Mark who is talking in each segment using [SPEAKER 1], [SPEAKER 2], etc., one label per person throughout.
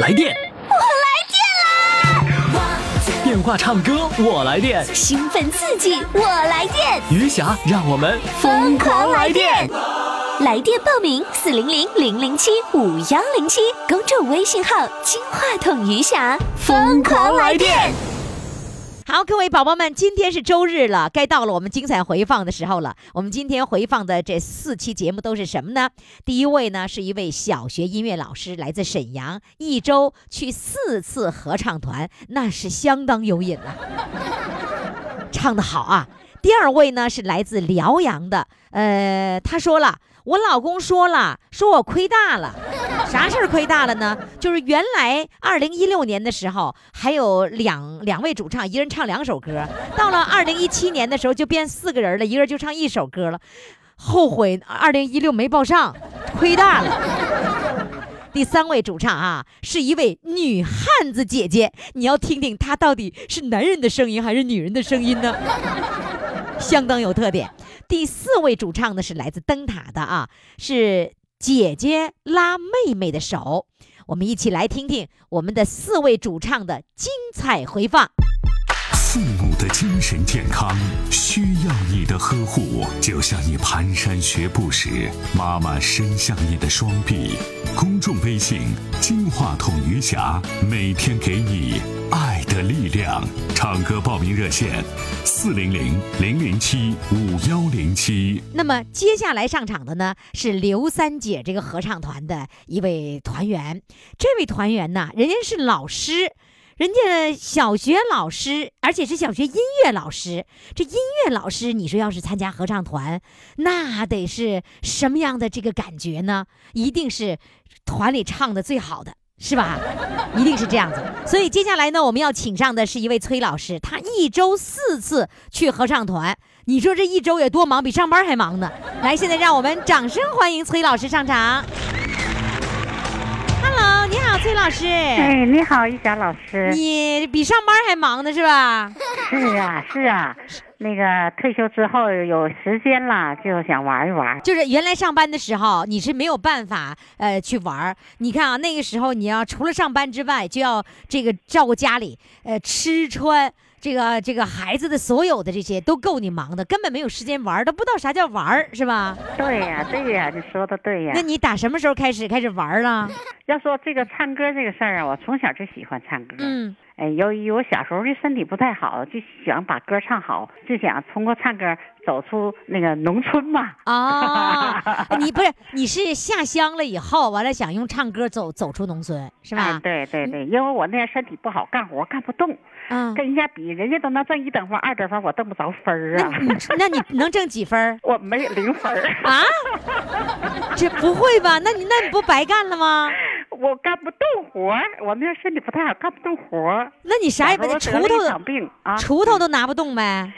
[SPEAKER 1] 来电，电话唱歌我来电，
[SPEAKER 2] 兴奋刺激，我来电，
[SPEAKER 1] 余霞让我们
[SPEAKER 2] 疯狂来电！来电报名：四零零零零七五幺零七，公众微信号“金话筒余霞”，疯狂来电！
[SPEAKER 3] 好，各位宝宝们，今天是周日了，该到了我们精彩回放的时候了。我们今天回放的这四期节目都是什么呢？第一位呢是一位小学音乐老师，来自沈阳，一周去四次合唱团，那是相当有瘾了， 唱得好啊。第二位呢是来自辽阳的，呃，他说了，我老公说了，说我亏大了。 啥事儿亏大了呢？就是原来二零一六年的时候，还有两两位主唱，一人唱两首歌。到了二零一七年的时候，就变四个人了，一个人就唱一首歌了。后悔二零一六没报上，亏大了。第三位主唱啊，是一位女汉子姐姐，你要听听她到底是男人的声音还是女人的声音呢？相当有特点。第四位主唱呢是来自灯塔的啊，是姐姐拉妹妹的手。我们一起来听听我们的四位主唱的精彩回放。
[SPEAKER 4] 父母的精神健康需要你的呵护，就像你蹒跚学步时，妈妈伸向你的双臂。公众微信“金话筒余霞”每天给你爱的力量。唱歌报名热线：四零零零零七五幺零七。
[SPEAKER 3] 那么接下来上场的呢是刘三姐这个合唱团的一位团员，这位团员呢，人家是老师。人家小学老师，而且是小学音乐老师。这音乐老师，你说要是参加合唱团，那得是什么样的这个感觉呢？一定是团里唱的最好的，是吧？一定是这样子。所以接下来呢，我们要请上的是一位崔老师，他一周四次去合唱团。你说这一周也多忙，比上班还忙呢。来，现在让我们掌声欢迎崔老师上场。Hello，你好，崔老师。
[SPEAKER 5] 哎，你好，一霞老师。
[SPEAKER 3] 你比上班还忙呢 是吧？
[SPEAKER 5] 是啊，是啊，那个退休之后有时间了，就想玩一玩。
[SPEAKER 3] 就是原来上班的时候你是没有办法呃去玩儿，你看啊那个时候你要除了上班之外，就要这个照顾家里，呃吃穿。这个这个孩子的所有的这些都够你忙的，根本没有时间玩儿，都不知道啥叫玩儿，是吧？
[SPEAKER 5] 对呀、对呀、你说的对呀、
[SPEAKER 3] 那你打什么时候开始开始玩 儿了？
[SPEAKER 5] 要说这个唱歌这个事儿啊，我从小就喜欢唱歌。
[SPEAKER 3] 嗯，
[SPEAKER 5] 哎，由于我小时候就身体不太好，就想把歌唱好，就想通过唱歌走出那个农村嘛。
[SPEAKER 3] 啊、你不是你是下乡了以后，完了想用唱歌走走出农村是吧？
[SPEAKER 5] 哎，对对对，因为我那身体不好，干活干不动，
[SPEAKER 3] 嗯，
[SPEAKER 5] 跟人家比，人家都能挣一等分、二等分，我挣不着分儿啊，
[SPEAKER 3] 你那你能挣几分儿？
[SPEAKER 5] 我没有零分儿。
[SPEAKER 3] 啊？ 这不会吧？那你那你不白干了吗？
[SPEAKER 5] 我干不动活儿，我那身体不太好，干不动活儿。
[SPEAKER 3] 那你啥也不
[SPEAKER 5] 小时候
[SPEAKER 3] 锄
[SPEAKER 5] 得了一
[SPEAKER 3] 头
[SPEAKER 5] 场病啊，
[SPEAKER 3] 锄头都拿不动呗？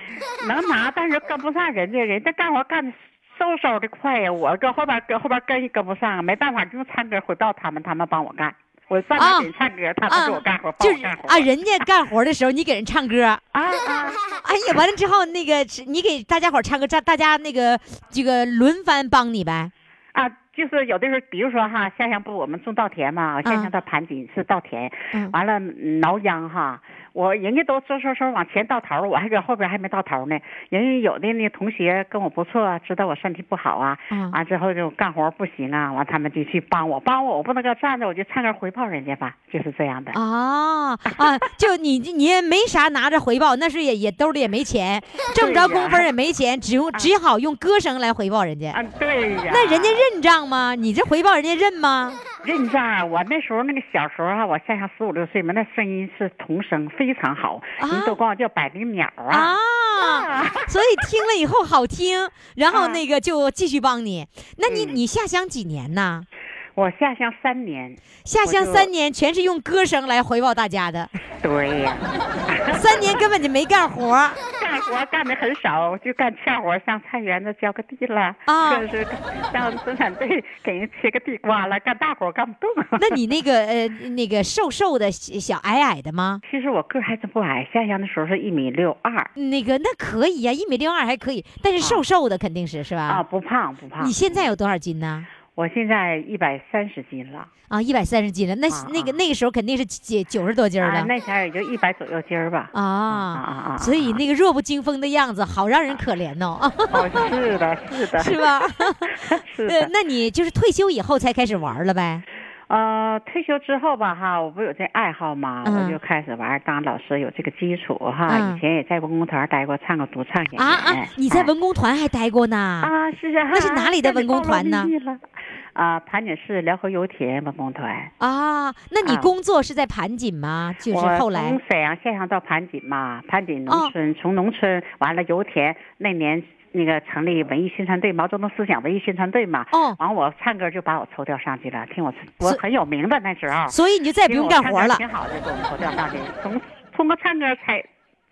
[SPEAKER 5] 能拿，但是跟不上人家，人家干活干的嗖嗖的快呀，我搁后边跟后边跟也跟不上，没办法，就唱歌回报他们，他们帮我干。我站
[SPEAKER 3] 啊
[SPEAKER 5] 那给唱歌，他们给我干活，帮
[SPEAKER 3] 就
[SPEAKER 5] 我
[SPEAKER 3] 是
[SPEAKER 5] 干活。
[SPEAKER 3] 啊，人家干活的时候你给人唱歌，
[SPEAKER 5] 啊啊！
[SPEAKER 3] 哎呀，完了之后那个是你给大家伙儿唱歌，大大家那个这个轮番帮你呗。
[SPEAKER 5] 啊，就是有的时候，比如说哈，下乡不我们种稻田嘛，下乡到盘锦是稻田，
[SPEAKER 3] 嗯
[SPEAKER 5] 完了挠秧哈，我人家都嗖嗖嗖往前到头儿，我还搁后边还没到头儿呢。人家有的那同学跟我不错啊，知道我身体不好啊，
[SPEAKER 3] 嗯
[SPEAKER 5] 完之后就干活不行啊，完他们就去帮我，帮我我不能搁站着，我就唱歌回报人家吧，就是这样的。
[SPEAKER 3] 啊啊！就你你也没啥拿着回报，那时候也也兜里也没 钱，挣不着工分儿也没钱，只用只好用歌声来回报人家。
[SPEAKER 5] 啊，对啊呀。
[SPEAKER 3] 那人家认账吗？你这回报人家认吗？
[SPEAKER 5] 认账啊，我那时候那个小时候啊，我下乡十五六岁嘛，那声音是童声，非常好，
[SPEAKER 3] 啊
[SPEAKER 5] 人都管我叫百灵鸟
[SPEAKER 3] 啊。 所以听了以后好听，然后
[SPEAKER 5] 啊
[SPEAKER 3] 那个就继续帮你。那你、
[SPEAKER 5] 嗯
[SPEAKER 3] 你下乡几年呢？
[SPEAKER 5] 我下乡三年，
[SPEAKER 3] 下乡
[SPEAKER 5] 就
[SPEAKER 3] 三年全是用歌声来回报大家 的，
[SPEAKER 5] 对呀、
[SPEAKER 3] 三年根本就没干活儿。
[SPEAKER 5] 干活干的很少，我就干欠活，上菜园子浇个地了，
[SPEAKER 3] 啊
[SPEAKER 5] 或者是上生产队给人切个地瓜了，干大活干不动。
[SPEAKER 3] 那你那个呃那个瘦瘦的小小矮矮的吗？
[SPEAKER 5] 其实我个儿还真不矮，下乡的时候是一米六二
[SPEAKER 3] 那个那可以呀、一米六二还可以，但是瘦瘦的肯定是是吧？
[SPEAKER 5] 啊啊，不胖不胖
[SPEAKER 3] 你。现在有多少斤呢？
[SPEAKER 5] 我现在一百三十斤了，
[SPEAKER 3] 啊，一百三十斤了，那
[SPEAKER 5] 啊
[SPEAKER 3] 那个
[SPEAKER 5] 啊
[SPEAKER 3] 那个时候肯定是九九十多斤儿
[SPEAKER 5] 啊
[SPEAKER 3] 了，
[SPEAKER 5] 那前儿也就一百左右斤儿吧。
[SPEAKER 3] 啊。
[SPEAKER 5] 啊啊！
[SPEAKER 3] 所以那个弱不禁风的样子，好让人可怜 哦，
[SPEAKER 5] 哦，是的，是的，
[SPEAKER 3] 是吧？
[SPEAKER 5] 是
[SPEAKER 3] 呃
[SPEAKER 5] 的，。
[SPEAKER 3] 那你就是退休以后才开始玩了呗？
[SPEAKER 5] 呃，退休之后吧，哈，我不有这爱好嘛，
[SPEAKER 3] 嗯
[SPEAKER 5] 我就开始玩当老师，有这个基础哈。
[SPEAKER 3] 嗯
[SPEAKER 5] 以前也在文工团待过，唱过独唱演员。
[SPEAKER 3] 啊啊！你在
[SPEAKER 5] 哎
[SPEAKER 3] 文工团还待过呢？
[SPEAKER 5] 啊，是啊，
[SPEAKER 3] 那是哪里的
[SPEAKER 5] 啊
[SPEAKER 3] 文工团呢？
[SPEAKER 5] 那你暴露年纪了啊，盘锦市辽河油田文工团。
[SPEAKER 3] 啊，那你
[SPEAKER 5] 啊
[SPEAKER 3] 工作是在盘锦吗？就是
[SPEAKER 5] 我
[SPEAKER 3] 后来
[SPEAKER 5] 从沈阳县上到盘锦嘛，盘锦
[SPEAKER 3] 哦
[SPEAKER 5] 农村，从农村完了油田那年那个成立文艺宣传队，毛泽东思想文艺宣传队嘛。
[SPEAKER 3] 哦
[SPEAKER 5] 完我唱歌就把我抽调上去了，听我我
[SPEAKER 3] 所
[SPEAKER 5] 很有名的那时候。
[SPEAKER 3] 所以你就再也不用干活了
[SPEAKER 5] 挺好的，给我们头掉上去，从通过唱歌才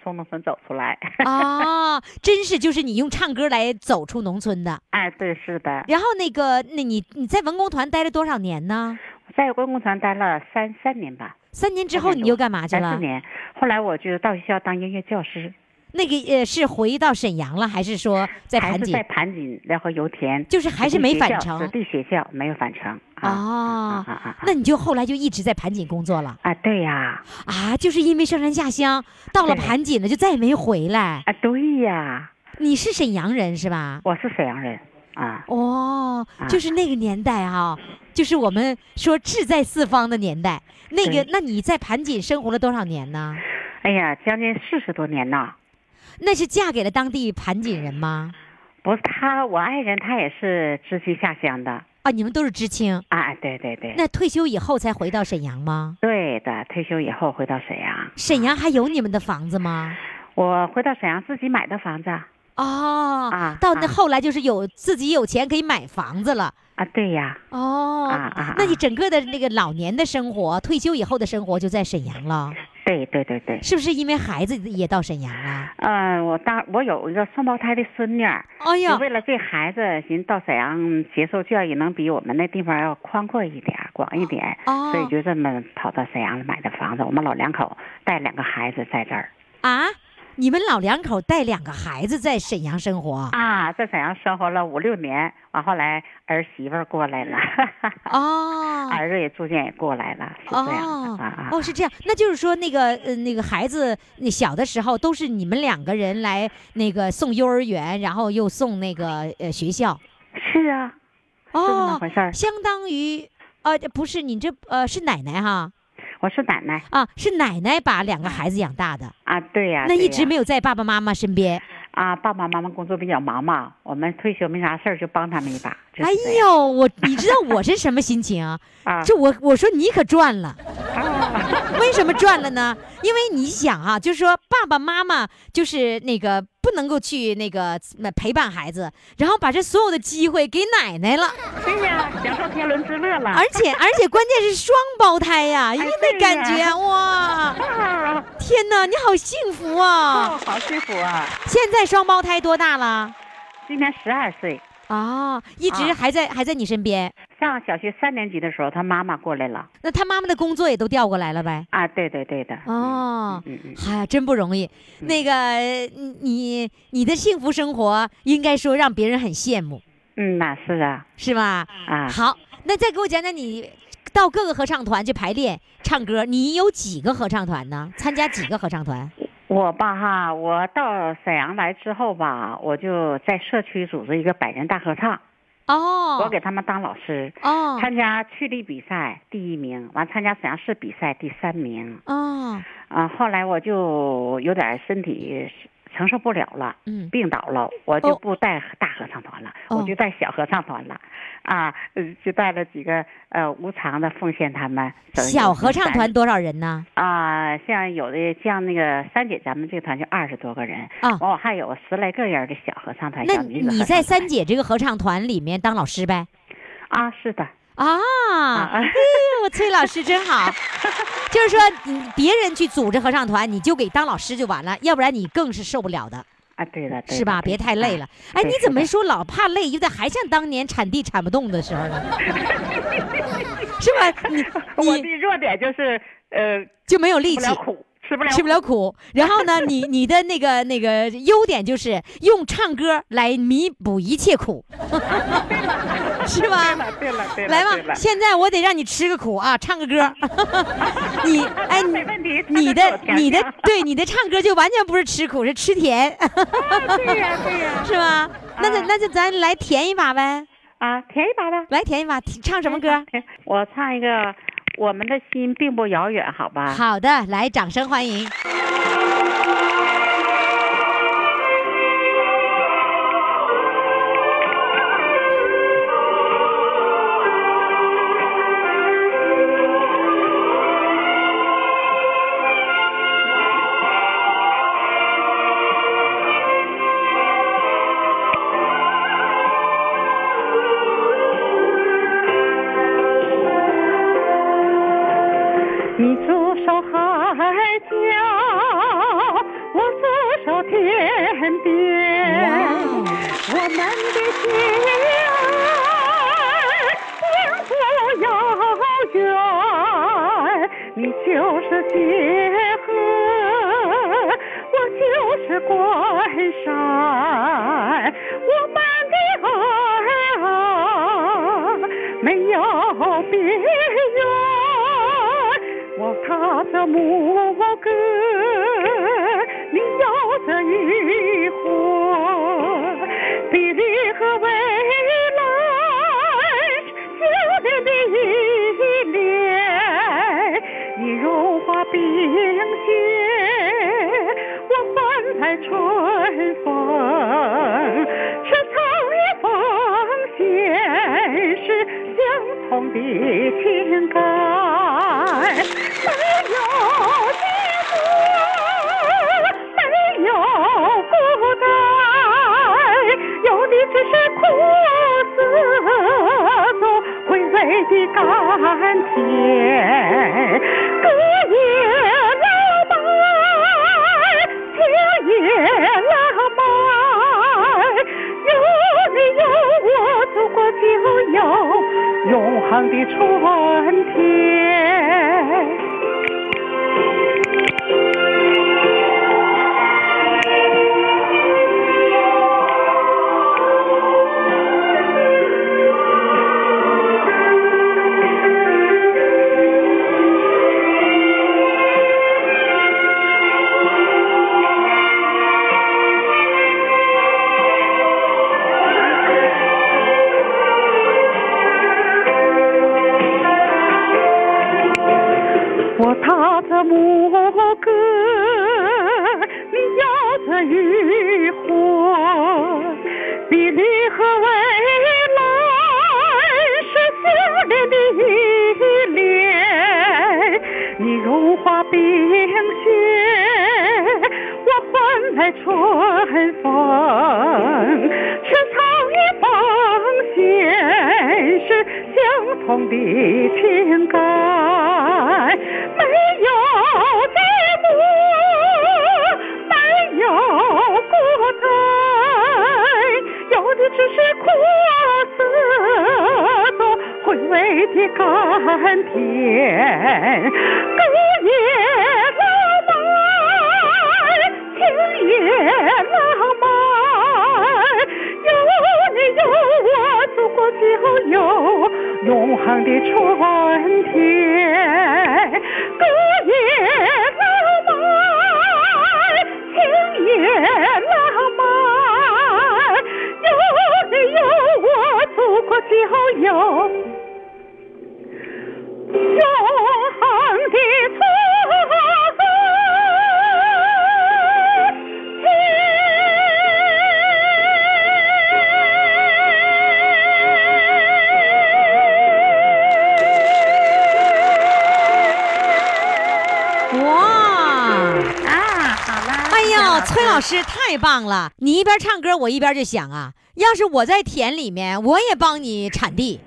[SPEAKER 5] 从农村走出来。
[SPEAKER 3] 啊！真是就是你用唱歌来走出农村的。
[SPEAKER 5] 哎，对，是的，
[SPEAKER 3] 然后那个，那你你在文工团待了多少年呢？
[SPEAKER 5] 在文工团待了三三年吧，
[SPEAKER 3] 三年之后
[SPEAKER 5] 三年
[SPEAKER 3] 你
[SPEAKER 5] 多
[SPEAKER 3] 又干嘛去
[SPEAKER 5] 三
[SPEAKER 3] 了
[SPEAKER 5] 四？年。后来我就到学校当音乐教师，
[SPEAKER 3] 那个呃，是回到沈阳了，还是说在
[SPEAKER 5] 还
[SPEAKER 3] 盘
[SPEAKER 5] 是
[SPEAKER 3] 锦哦
[SPEAKER 5] 在？盘锦辽河油田，
[SPEAKER 3] 就是还是没返程
[SPEAKER 5] 子弟学校没有返程啊
[SPEAKER 3] 啊
[SPEAKER 5] 啊啊啊！
[SPEAKER 3] 那你就后来就一直在盘锦工作了
[SPEAKER 5] 啊，对呀，
[SPEAKER 3] 啊？就是因为上山下乡，到了
[SPEAKER 5] 对
[SPEAKER 3] 盘锦了就再也没回来。
[SPEAKER 5] 啊，对呀，
[SPEAKER 3] 你是沈阳人是吧？
[SPEAKER 5] 我是沈阳人啊，
[SPEAKER 3] 哦，
[SPEAKER 5] 啊
[SPEAKER 3] 就是那个年代哈、就是我们说志在四方的年代。那个
[SPEAKER 5] 对，
[SPEAKER 3] 那你在盘锦生活了多少年呢？
[SPEAKER 5] 哎呀，将近四十多年呐。
[SPEAKER 3] 那是嫁给了当地盘锦人吗？
[SPEAKER 5] 不是他，我爱人他也是知西下乡的
[SPEAKER 3] 啊，你们都是知青。
[SPEAKER 5] 啊，对对对。
[SPEAKER 3] 那退休以后才回到沈阳吗？
[SPEAKER 5] 对的，退休以后回到沈阳，
[SPEAKER 3] 沈阳还有你们的房子吗？
[SPEAKER 5] 我回到沈阳自己买的房子啊，
[SPEAKER 3] 哦，
[SPEAKER 5] 啊
[SPEAKER 3] 到那
[SPEAKER 5] 啊
[SPEAKER 3] 后来就是有自己有钱可以买房子了。
[SPEAKER 5] 对呀，
[SPEAKER 3] 哦，
[SPEAKER 5] 啊啊
[SPEAKER 3] 那你
[SPEAKER 5] 啊
[SPEAKER 3] 整个的那个老年的生活，退休以后的生活就在沈阳了，
[SPEAKER 5] 对对对对，
[SPEAKER 3] 是不是因为孩子也到沈阳了？
[SPEAKER 5] 嗯、我当我有一个双胞胎的孙女儿，
[SPEAKER 3] 哎
[SPEAKER 5] 就
[SPEAKER 3] 呀，
[SPEAKER 5] 为了这孩子，寻思到沈阳接受教育能比我们那地方要宽阔一点儿、广一点，
[SPEAKER 3] 哦
[SPEAKER 5] 所以就这么跑到沈阳买的房子。我们老两口带两个孩子在这儿
[SPEAKER 3] 啊，你们老两口带两个孩子在沈阳生活
[SPEAKER 5] 啊，在沈阳生活了五六年，完后来儿媳妇儿过来了，
[SPEAKER 3] 哦。
[SPEAKER 5] 儿子也逐渐也过来了，是这样
[SPEAKER 3] 哦
[SPEAKER 5] 的啊啊。
[SPEAKER 3] 哦，是这样，那就是说，那个呃，那个孩子，你小的时候都是你们两个人来那个送幼儿园，然后又送那个呃学校，
[SPEAKER 5] 是啊，是这么
[SPEAKER 3] 哦
[SPEAKER 5] 回，事儿。
[SPEAKER 3] 相当于呃，这不是你这呃是奶奶哈
[SPEAKER 5] 我是奶奶
[SPEAKER 3] 啊，是奶奶把两个孩子养大的，
[SPEAKER 5] 啊，对呀、
[SPEAKER 3] 那
[SPEAKER 5] 对
[SPEAKER 3] 一直
[SPEAKER 5] 呀
[SPEAKER 3] 没有在爸爸妈妈身边。
[SPEAKER 5] 啊，爸爸妈妈工作比较忙嘛，我们退休没啥事儿就帮他们一把。就是
[SPEAKER 3] 哎
[SPEAKER 5] 这样
[SPEAKER 3] 呦，我你知道我是什么心情啊？
[SPEAKER 5] 啊
[SPEAKER 3] 这我我说你可赚了。
[SPEAKER 5] 啊
[SPEAKER 3] 为什么赚了呢？因为你想啊，就是说爸爸妈妈就是那个不能够去那个呃陪伴孩子，然后把这所有的机会给奶奶了，
[SPEAKER 5] 是呀、享受天伦之乐了。
[SPEAKER 3] 而且而且关键是双胞胎呀、因为那
[SPEAKER 5] 啊哎对呀
[SPEAKER 3] 感觉哇，
[SPEAKER 5] 啊，
[SPEAKER 3] 天哪，你好幸福啊！
[SPEAKER 5] 哦，好幸福啊！
[SPEAKER 3] 现在双胞胎多大了？
[SPEAKER 5] 今年十二岁，
[SPEAKER 3] 啊，一直
[SPEAKER 5] 啊
[SPEAKER 3] 还在、还在你身边。
[SPEAKER 5] 上小学三年级的时候，他妈妈过来了。
[SPEAKER 3] 那他妈妈的工作也都调过来了呗？
[SPEAKER 5] 啊，对对对的。
[SPEAKER 3] 哦，
[SPEAKER 5] 嗯嗯嗯嗯
[SPEAKER 3] 哎呀，真不容易。那个，嗯你你的幸福生活，应该说让别人很羡慕，
[SPEAKER 5] 嗯，那是啊
[SPEAKER 3] 是吧？
[SPEAKER 5] 啊，
[SPEAKER 3] 好，那再给我讲讲你到各个合唱团去排练唱歌，你有几个合唱团呢？参加几个合唱团？
[SPEAKER 5] 我吧哈，我到沈阳来之后吧，我就在社区组织一个百人大合唱，我
[SPEAKER 3] 哦
[SPEAKER 5] 给他们当老师。
[SPEAKER 3] 哦
[SPEAKER 5] 参加区里比赛第一名，完参加沈阳市比赛第三名。
[SPEAKER 3] 哦，
[SPEAKER 5] 啊，后来我就有点身体承受不了了，
[SPEAKER 3] 嗯
[SPEAKER 5] 病倒了，我就
[SPEAKER 3] 哦
[SPEAKER 5] 不带大合唱团了，
[SPEAKER 3] 哦
[SPEAKER 5] 我就带小合唱团了，啊，呃就带了几个呃无偿的奉献他们。整
[SPEAKER 3] 小合唱团
[SPEAKER 5] 有
[SPEAKER 3] 多少人呢？
[SPEAKER 5] 三啊，像有的像那个三姐咱们这个团就二十多个人，
[SPEAKER 3] 啊
[SPEAKER 5] 完我还有十来个人的小合唱团，
[SPEAKER 3] 那
[SPEAKER 5] 小女子合
[SPEAKER 3] 你
[SPEAKER 5] 唱
[SPEAKER 3] 在
[SPEAKER 5] 团
[SPEAKER 3] 三姐这个合唱团里面当老师呗？
[SPEAKER 5] 啊？是的，
[SPEAKER 3] 啊，哎呦，崔老师 真好。就是说，你别人去组织合唱团，你就给当老师就完了，要不然你更是受不了的，
[SPEAKER 5] 啊，对的，对的
[SPEAKER 3] 是吧？别太累。
[SPEAKER 5] 对的
[SPEAKER 3] 了
[SPEAKER 5] 啊。
[SPEAKER 3] 哎，
[SPEAKER 5] 对
[SPEAKER 3] 你怎
[SPEAKER 5] 是
[SPEAKER 3] 么
[SPEAKER 5] 的
[SPEAKER 3] 说老怕累，有点还像当年铲地铲不动的时候呢？ 是吧？你
[SPEAKER 5] 我
[SPEAKER 3] 你
[SPEAKER 5] 的弱点就是呃，
[SPEAKER 3] 就没有力
[SPEAKER 5] 不
[SPEAKER 3] 气
[SPEAKER 5] 了苦，
[SPEAKER 6] 吃不了
[SPEAKER 3] 吃不了苦。然后呢，你你的那个那个优点就是用唱歌来弥补一切 苦，是
[SPEAKER 6] 对
[SPEAKER 3] 吧？
[SPEAKER 6] 了对了对了，
[SPEAKER 3] 来
[SPEAKER 6] 对
[SPEAKER 3] 吧，
[SPEAKER 6] 了
[SPEAKER 3] 现在我得让你吃个苦啊，唱个 歌。你哎，你
[SPEAKER 6] 啊没问题
[SPEAKER 3] 你
[SPEAKER 6] 唱
[SPEAKER 3] 的
[SPEAKER 6] 歌就有
[SPEAKER 3] 你的
[SPEAKER 6] 甜香
[SPEAKER 3] 对你的唱歌就完全不是吃苦，是吃甜，
[SPEAKER 6] 啊 对呀对呀，
[SPEAKER 3] 是吗？那咱
[SPEAKER 6] 啊
[SPEAKER 3] 那就咱来甜一把呗，
[SPEAKER 6] 啊，填一把吧。
[SPEAKER 3] 来甜一把，唱 什么歌？
[SPEAKER 6] 填？我唱一个《我们的心并不遥远》，好吧？
[SPEAKER 3] 好的，来，掌声欢迎。
[SPEAKER 6] 你驻守海角，我驻守天边，我们的心并不遥远。你就是结河，我就是关山，我们的爱啊，没有边缘。我踏着牧歌，你摇着渔火，比利和未来相连的依恋，你融化冰雪，我焕在春风，是同一方线，是相同的情感，没有结果。没有孤单，有的只是苦涩中回味的甘甜，歌也浪漫，情也浪漫，有你有我，祖国就有永恒的春天。我踏着牧歌，你摇着渔火，比利和未来是相连的依恋。你融化冰雪，我换来春风，是草一方线，是相同的情感，没有寂寞，没有孤单，有的只是苦涩中回味的甘甜，歌也浪漫，情也浪漫，有你有我，祖国就有永恒的春天，歌也浪漫，情也浪漫，有你有我，祖国就有。永恒的春天。
[SPEAKER 3] 哇，
[SPEAKER 6] 啊，好啦。
[SPEAKER 3] 哎呦，崔老
[SPEAKER 6] 师，
[SPEAKER 3] 师太棒了！你一边唱歌，我一边就想啊，要是我在田里面，我也帮你铲 地。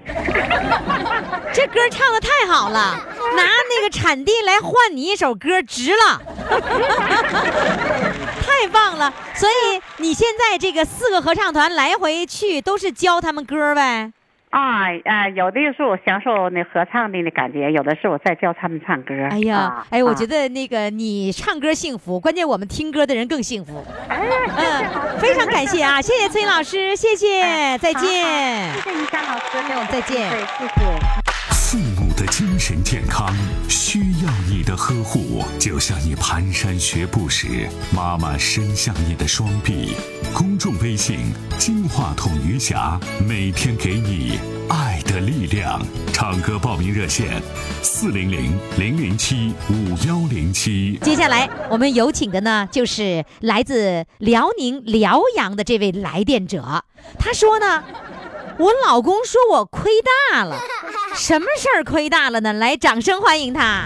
[SPEAKER 3] 这歌唱的太好了，拿那个铲地来换你一首歌，值了。 太棒了！所以你现在这个四个合唱团来回去都是教他们歌呗？
[SPEAKER 5] 啊啊、有的是我享受那合唱的那感觉，有的是我在教他们唱歌。
[SPEAKER 3] 哎呀
[SPEAKER 5] 啊、，
[SPEAKER 3] 哎，我觉
[SPEAKER 5] 得、
[SPEAKER 3] 得那个你唱歌幸福，关键我们听歌的人更幸福。
[SPEAKER 5] 哎，
[SPEAKER 3] 嗯，非常感谢啊，谢谢崔老师，谢
[SPEAKER 5] 哎
[SPEAKER 3] 谢，再见。
[SPEAKER 5] 谢谢于山老师，
[SPEAKER 3] 嗯再见
[SPEAKER 5] 对，谢谢。
[SPEAKER 4] 父母的精神健康需要你的呵护，就像你蹒跚学步时，妈妈伸向你的双臂。公众微信“金话筒余霞”，每天给你爱的力量。唱歌报名热线：四零零零零七五幺零七。
[SPEAKER 3] 接下来我们有请的呢，就是来自辽宁辽阳的这位来电者，他说呢，我老公说我亏大了，什么事儿亏大了呢？来，掌声欢迎他。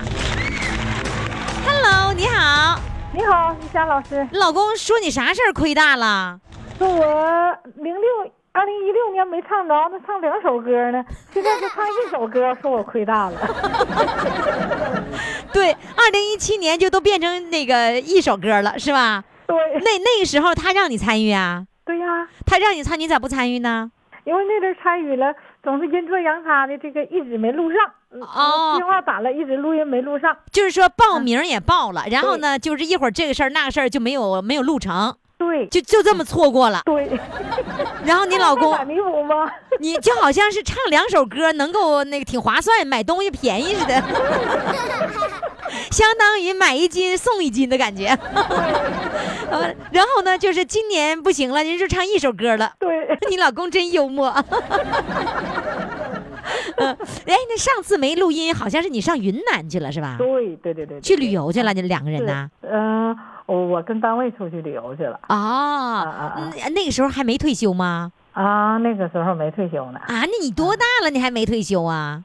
[SPEAKER 3] Hello，你好，
[SPEAKER 7] 你好，啊于霞老师，
[SPEAKER 3] 老公说你啥事儿亏大了？
[SPEAKER 7] 说我零六二零一六年没唱着，那唱两首歌呢，现在就唱一首歌，说我亏大了。
[SPEAKER 3] 对，二零一七年就都变成那个一首歌了，是吧？
[SPEAKER 7] 对，
[SPEAKER 3] 那那个时候他让你参与啊，
[SPEAKER 7] 对呀、
[SPEAKER 3] 他让你参与，你咋不参与呢？
[SPEAKER 7] 因为那阵儿参与了，总是阴错阳差的，这个一直没录上。嗯
[SPEAKER 3] 哦
[SPEAKER 7] 电话打了，一直录音没录上。
[SPEAKER 3] 就是说报名也报了，然后呢，就是一会儿这个事儿那个事儿就没有没有录成，
[SPEAKER 7] 对，
[SPEAKER 3] 就就这么错过了。
[SPEAKER 7] 对，
[SPEAKER 3] 然后你 老公，
[SPEAKER 7] 敢弥补吗？
[SPEAKER 3] 你就好像是唱两首歌能够那个挺划算，买东西便宜似的，相当于买一斤送一斤的感觉。 呃，然后呢，就是今年不行了，人就唱一首歌了。
[SPEAKER 7] 对，
[SPEAKER 3] 你老公真幽默。 嗯，哎，那上次没录音，好像是你上云南去了是吧？
[SPEAKER 7] 对，对，对，对，
[SPEAKER 3] 去旅游
[SPEAKER 7] 啊
[SPEAKER 3] 去了，你两个人呐、
[SPEAKER 7] 嗯、我我跟单位出去旅游去了
[SPEAKER 3] 哦
[SPEAKER 7] 啊，啊
[SPEAKER 3] 那那个时候还没退休吗？
[SPEAKER 7] 啊，那个时候没退休呢。
[SPEAKER 3] 啊，那你
[SPEAKER 7] 嗯
[SPEAKER 3] 多大了？你还没退休啊？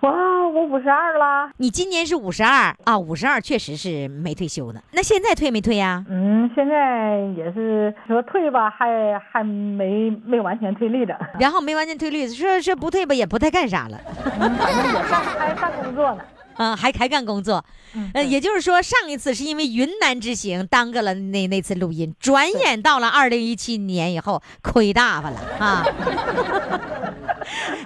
[SPEAKER 7] 哇，我五十二了。
[SPEAKER 3] 你今年是五十二啊，五十二确实是没退休呢。那现在退没退呀、
[SPEAKER 7] 嗯，现在也是说退吧，还还没没完全退利 的，
[SPEAKER 3] 然后没完全退率，说说不退吧，也不太干啥了，
[SPEAKER 7] 反正也干还干工作呢。
[SPEAKER 3] 啊，还还干工作。
[SPEAKER 7] 嗯，
[SPEAKER 3] 呃，也就是说，上一次是因为云南之行耽搁了那那次录音，转眼到了二零一七年以后，亏大发了啊！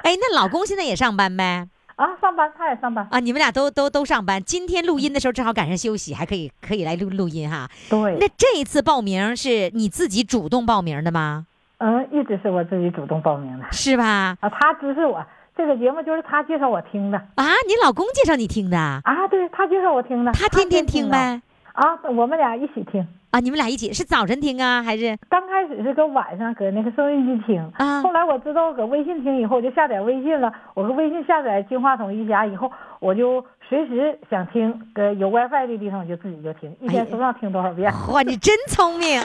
[SPEAKER 3] 哎，那老公现在也上班呗？
[SPEAKER 7] 啊，上班他也上班，
[SPEAKER 3] 啊，你们俩都都都上班。今天录音的时候正好赶上休息，还可以可以来录录音哈。那
[SPEAKER 7] 对，
[SPEAKER 3] 这一次报名是你自己主动报名的吗？
[SPEAKER 7] 嗯，一直是我自己主动报名的
[SPEAKER 3] 是吧？
[SPEAKER 7] 啊，他支持我，这个节目就是他介绍我听的
[SPEAKER 3] 啊，你老公介绍你听的啊，
[SPEAKER 7] 啊，对他介绍我听的，
[SPEAKER 3] 他天天
[SPEAKER 7] 先
[SPEAKER 3] 听
[SPEAKER 7] 的
[SPEAKER 3] 呗？
[SPEAKER 7] 啊，我们俩一起听，
[SPEAKER 3] 啊，你们俩一起是早晨听啊，还是
[SPEAKER 7] 刚开始是搁晚上搁那个收音机听，
[SPEAKER 3] 啊
[SPEAKER 7] 后来我知道搁微信听以后，我就下载微信了。我搁微信下载金话筒一家以后，我就随时想听，搁有 WiFi 的地方我就自己就听，一
[SPEAKER 3] 哎
[SPEAKER 7] 天说不上听多少遍。
[SPEAKER 3] 哇，你真聪明， 而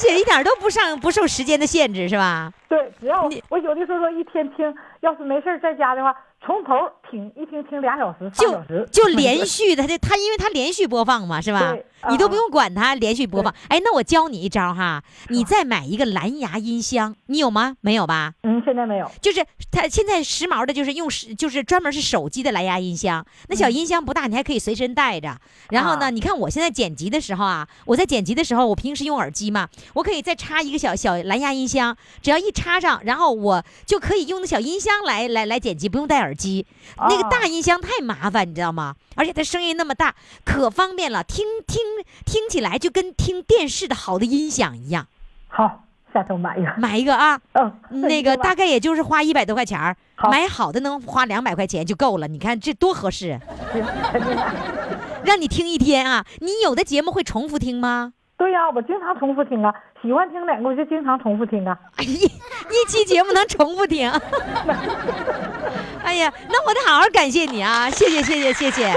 [SPEAKER 3] 且一点都不上不受时间的限制是吧？
[SPEAKER 7] 对，只要
[SPEAKER 3] 你
[SPEAKER 7] 我有的时候说一天听，要是没事儿在家的话，从头听一听听俩小时、仨
[SPEAKER 3] 就
[SPEAKER 7] 小时，
[SPEAKER 3] 就连续的，他就他因为他连续播放嘛，是吧
[SPEAKER 7] 对？
[SPEAKER 3] 你都
[SPEAKER 7] 啊
[SPEAKER 3] 不用管他连续播放。哎，那我教你一招哈，你再买一个蓝牙音箱，你有吗？没有吧？
[SPEAKER 7] 嗯，现在没有。
[SPEAKER 3] 就是它现在时髦的，就是用是就是专门是手机的蓝牙音箱，那小音箱不大，你还可以随身带着。然后呢，
[SPEAKER 7] 嗯啊
[SPEAKER 3] 你看我现在剪辑的时候啊，我在剪辑的时候，我平时用耳机嘛，我可以再插一个小小蓝牙音箱，只要一插上，然后我就可以用那小音箱来来来剪辑，不用戴耳机。那个
[SPEAKER 7] 啊
[SPEAKER 3] 大音箱太麻烦，你知道吗？而且它声音那么大，可方便了，听听听起来就跟听电视的好的音响一样。
[SPEAKER 7] 好，下次我买一个。
[SPEAKER 3] 买一个啊，
[SPEAKER 7] 嗯，
[SPEAKER 3] 那个大概也就是花一百多块钱儿，
[SPEAKER 7] 好
[SPEAKER 3] 买好的能花两百块钱就够了。你看这多合适，
[SPEAKER 7] 行肯定买。
[SPEAKER 3] 让你听一天啊！你有的节目会重复听吗？
[SPEAKER 7] 对呀、我经常重复听啊，喜欢听哪个我就经常重复听啊。
[SPEAKER 3] 哎一一期节目能重复听？ 哎呀，那我得好好感谢你啊！谢谢谢谢谢谢，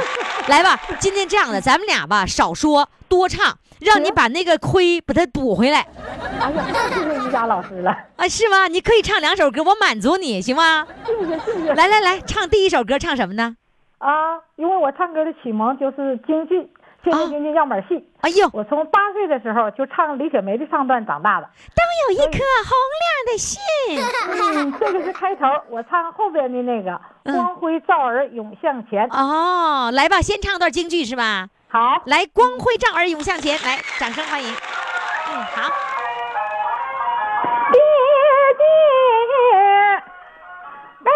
[SPEAKER 3] 来吧，今天这样的，咱们俩吧少说多唱，让你把那个亏把它补回来
[SPEAKER 7] 哎呀，太谢谢于佳老师了，
[SPEAKER 3] 啊，是吗？你可以唱两首歌，我满足你行吗？
[SPEAKER 7] 谢谢谢谢。
[SPEAKER 3] 来来来，唱第一首歌，唱什么呢？
[SPEAKER 7] 啊，因为我唱歌的启蒙就是京剧，现
[SPEAKER 3] 哦
[SPEAKER 7] 代京剧样板戏。
[SPEAKER 3] 哎呦，
[SPEAKER 7] 我从八岁的时候就唱李雪梅的唱段长 大的，
[SPEAKER 3] 有一颗红亮的心。
[SPEAKER 7] 嗯，这个是开头，我唱后边的那个“
[SPEAKER 3] 嗯
[SPEAKER 7] 光辉照儿涌向前”。
[SPEAKER 3] 哦，来吧，先唱段京剧是吧？
[SPEAKER 7] 好，
[SPEAKER 3] 来，光辉照儿涌向前，来，掌声欢迎。嗯，好。
[SPEAKER 7] 爹爹
[SPEAKER 5] 哦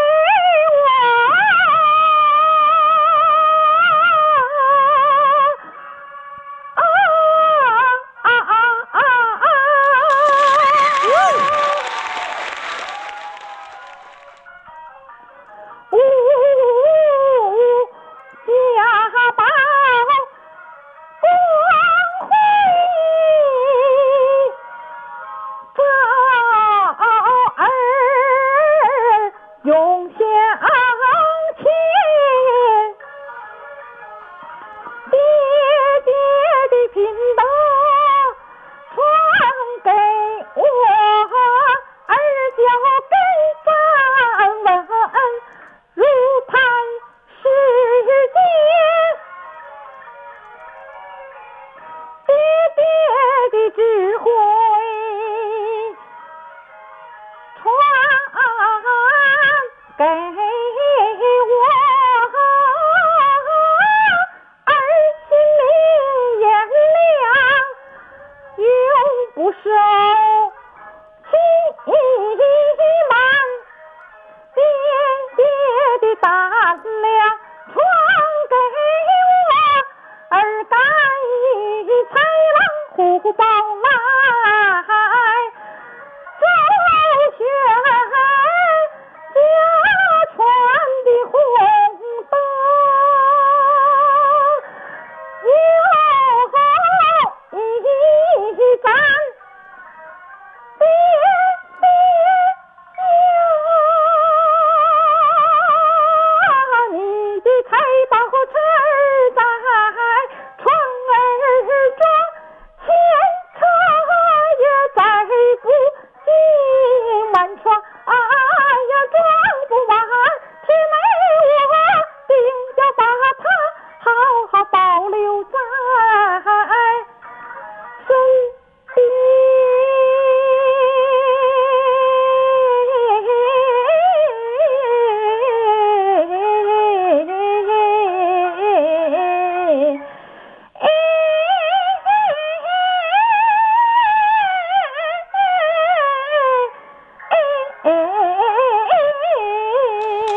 [SPEAKER 8] 到来，周旋家传的红灯，有一盏点点亮，你的财宝存在窗儿中，前车也载不进满窗，哎呀装不完，只没我定要把它好好保留在身边。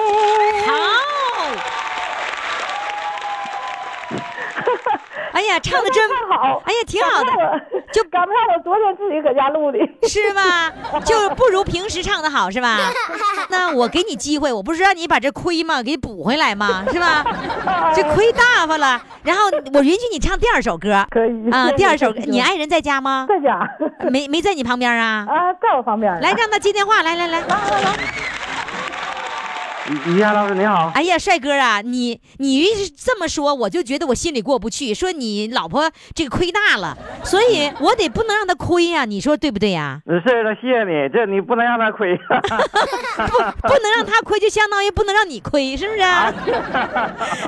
[SPEAKER 3] 好。哎呀， 唱的真
[SPEAKER 8] 太好
[SPEAKER 3] 哎呀，挺好
[SPEAKER 8] 赶不上
[SPEAKER 3] 的，
[SPEAKER 8] 我
[SPEAKER 3] 就
[SPEAKER 8] 赶不上我昨天自己搁家录的。
[SPEAKER 3] 是吧？就不如平时唱的好，是吧？那我给你机会，我不是让你把这亏吗给补回来吗？是 吧？这亏大发了，然后我允许你唱第二首歌，
[SPEAKER 8] 可以
[SPEAKER 3] 啊、
[SPEAKER 8] 谢谢
[SPEAKER 3] 第二首歌，
[SPEAKER 8] 谢谢
[SPEAKER 3] 你爱人在家吗？
[SPEAKER 8] 在家
[SPEAKER 3] 没没在你旁边啊？
[SPEAKER 8] 啊，在我旁边呢。
[SPEAKER 3] 来，让他接电话，来来来，
[SPEAKER 9] 于于霞老师您好，
[SPEAKER 3] 哎呀，帅哥啊，你你一这么说，我就觉得我心里过不去，说你老婆这个亏大了，所以我得不能让她亏呀、你说对不对呀、
[SPEAKER 9] 是的，呃谢谢你，这你不能让他 亏。
[SPEAKER 3] 不不能让她亏，就相当于不能让你亏，是不是、
[SPEAKER 9] 啊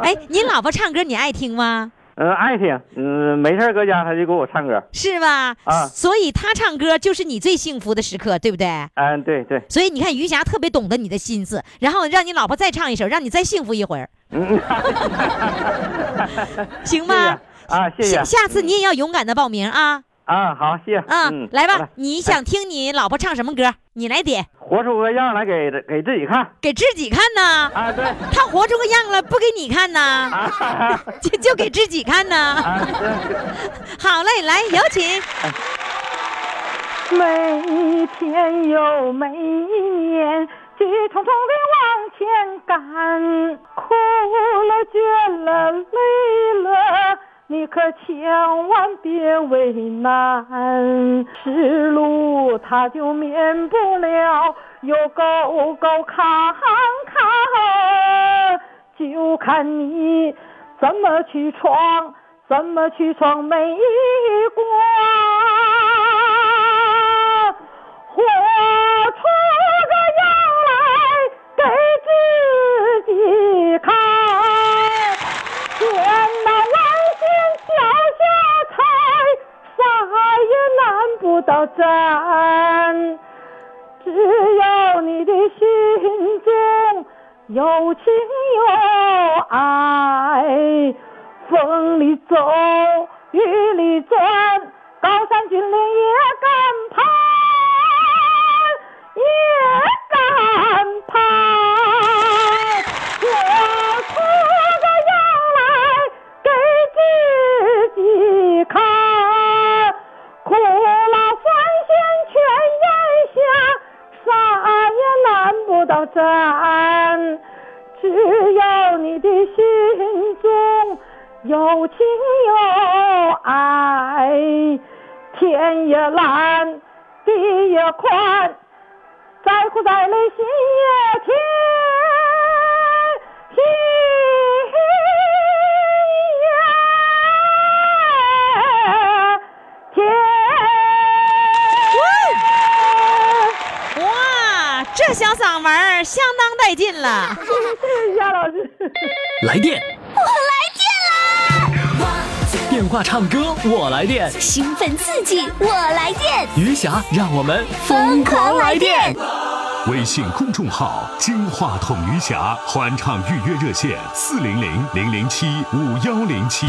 [SPEAKER 3] 哎，你老婆唱歌你爱听吗？
[SPEAKER 9] 嗯，爱听，嗯，没事儿搁家他就给我唱歌。
[SPEAKER 3] 是吧？
[SPEAKER 9] 啊
[SPEAKER 3] 所以她唱歌就是你最幸福的时刻，对不对？
[SPEAKER 9] 嗯，对对，
[SPEAKER 3] 所以你看，余霞特别懂得你的心思，然后让你老婆再唱一首，让你再幸福一会儿，
[SPEAKER 9] 嗯，
[SPEAKER 3] 行
[SPEAKER 9] 谢
[SPEAKER 3] 吗
[SPEAKER 9] 谢？啊，谢谢
[SPEAKER 3] 下下次你也要勇敢的报名啊！
[SPEAKER 9] 啊，好，谢谢。
[SPEAKER 3] 啊，来
[SPEAKER 9] 好
[SPEAKER 3] 吧
[SPEAKER 9] 嘞，
[SPEAKER 3] 你想听你老婆唱什么歌？你来点，
[SPEAKER 9] 活出个样来给给自己看
[SPEAKER 3] 给自己看呐。
[SPEAKER 9] 啊，对
[SPEAKER 3] 她活出个样了，不给你看呐，
[SPEAKER 9] 啊
[SPEAKER 3] 就就给自己看呐。
[SPEAKER 9] 啊，对。
[SPEAKER 3] 好嘞，来，有请。
[SPEAKER 8] 每天又每一年，急匆匆地往前赶，哭了倦了累了，你可千万别为难。是路它就免不了有沟沟坎坎，就看你怎么去闯，怎么去闯每一关。活出个样来给自己看，千难万险脚下踩，啥也难不倒咱。只要你的心中有情有爱，风里走，雨里钻，高山峻岭也敢攀，也敢攀。我出个样来给自己看，苦辣酸咸全咽下，啥也难不倒咱。只要你的心中有情有爱，天也蓝，地也宽，再苦再累心也甜。心也甜。
[SPEAKER 3] 哇，这小嗓门儿相当带劲了。
[SPEAKER 8] 谢谢夏老师。
[SPEAKER 1] 来电，电话唱歌我来电，
[SPEAKER 10] 兴奋刺激，我来电，
[SPEAKER 1] 余霞让我们
[SPEAKER 10] 疯狂来电。
[SPEAKER 4] 微信公众号“金话筒余霞”欢唱预约热线：四零零零零七五幺零七。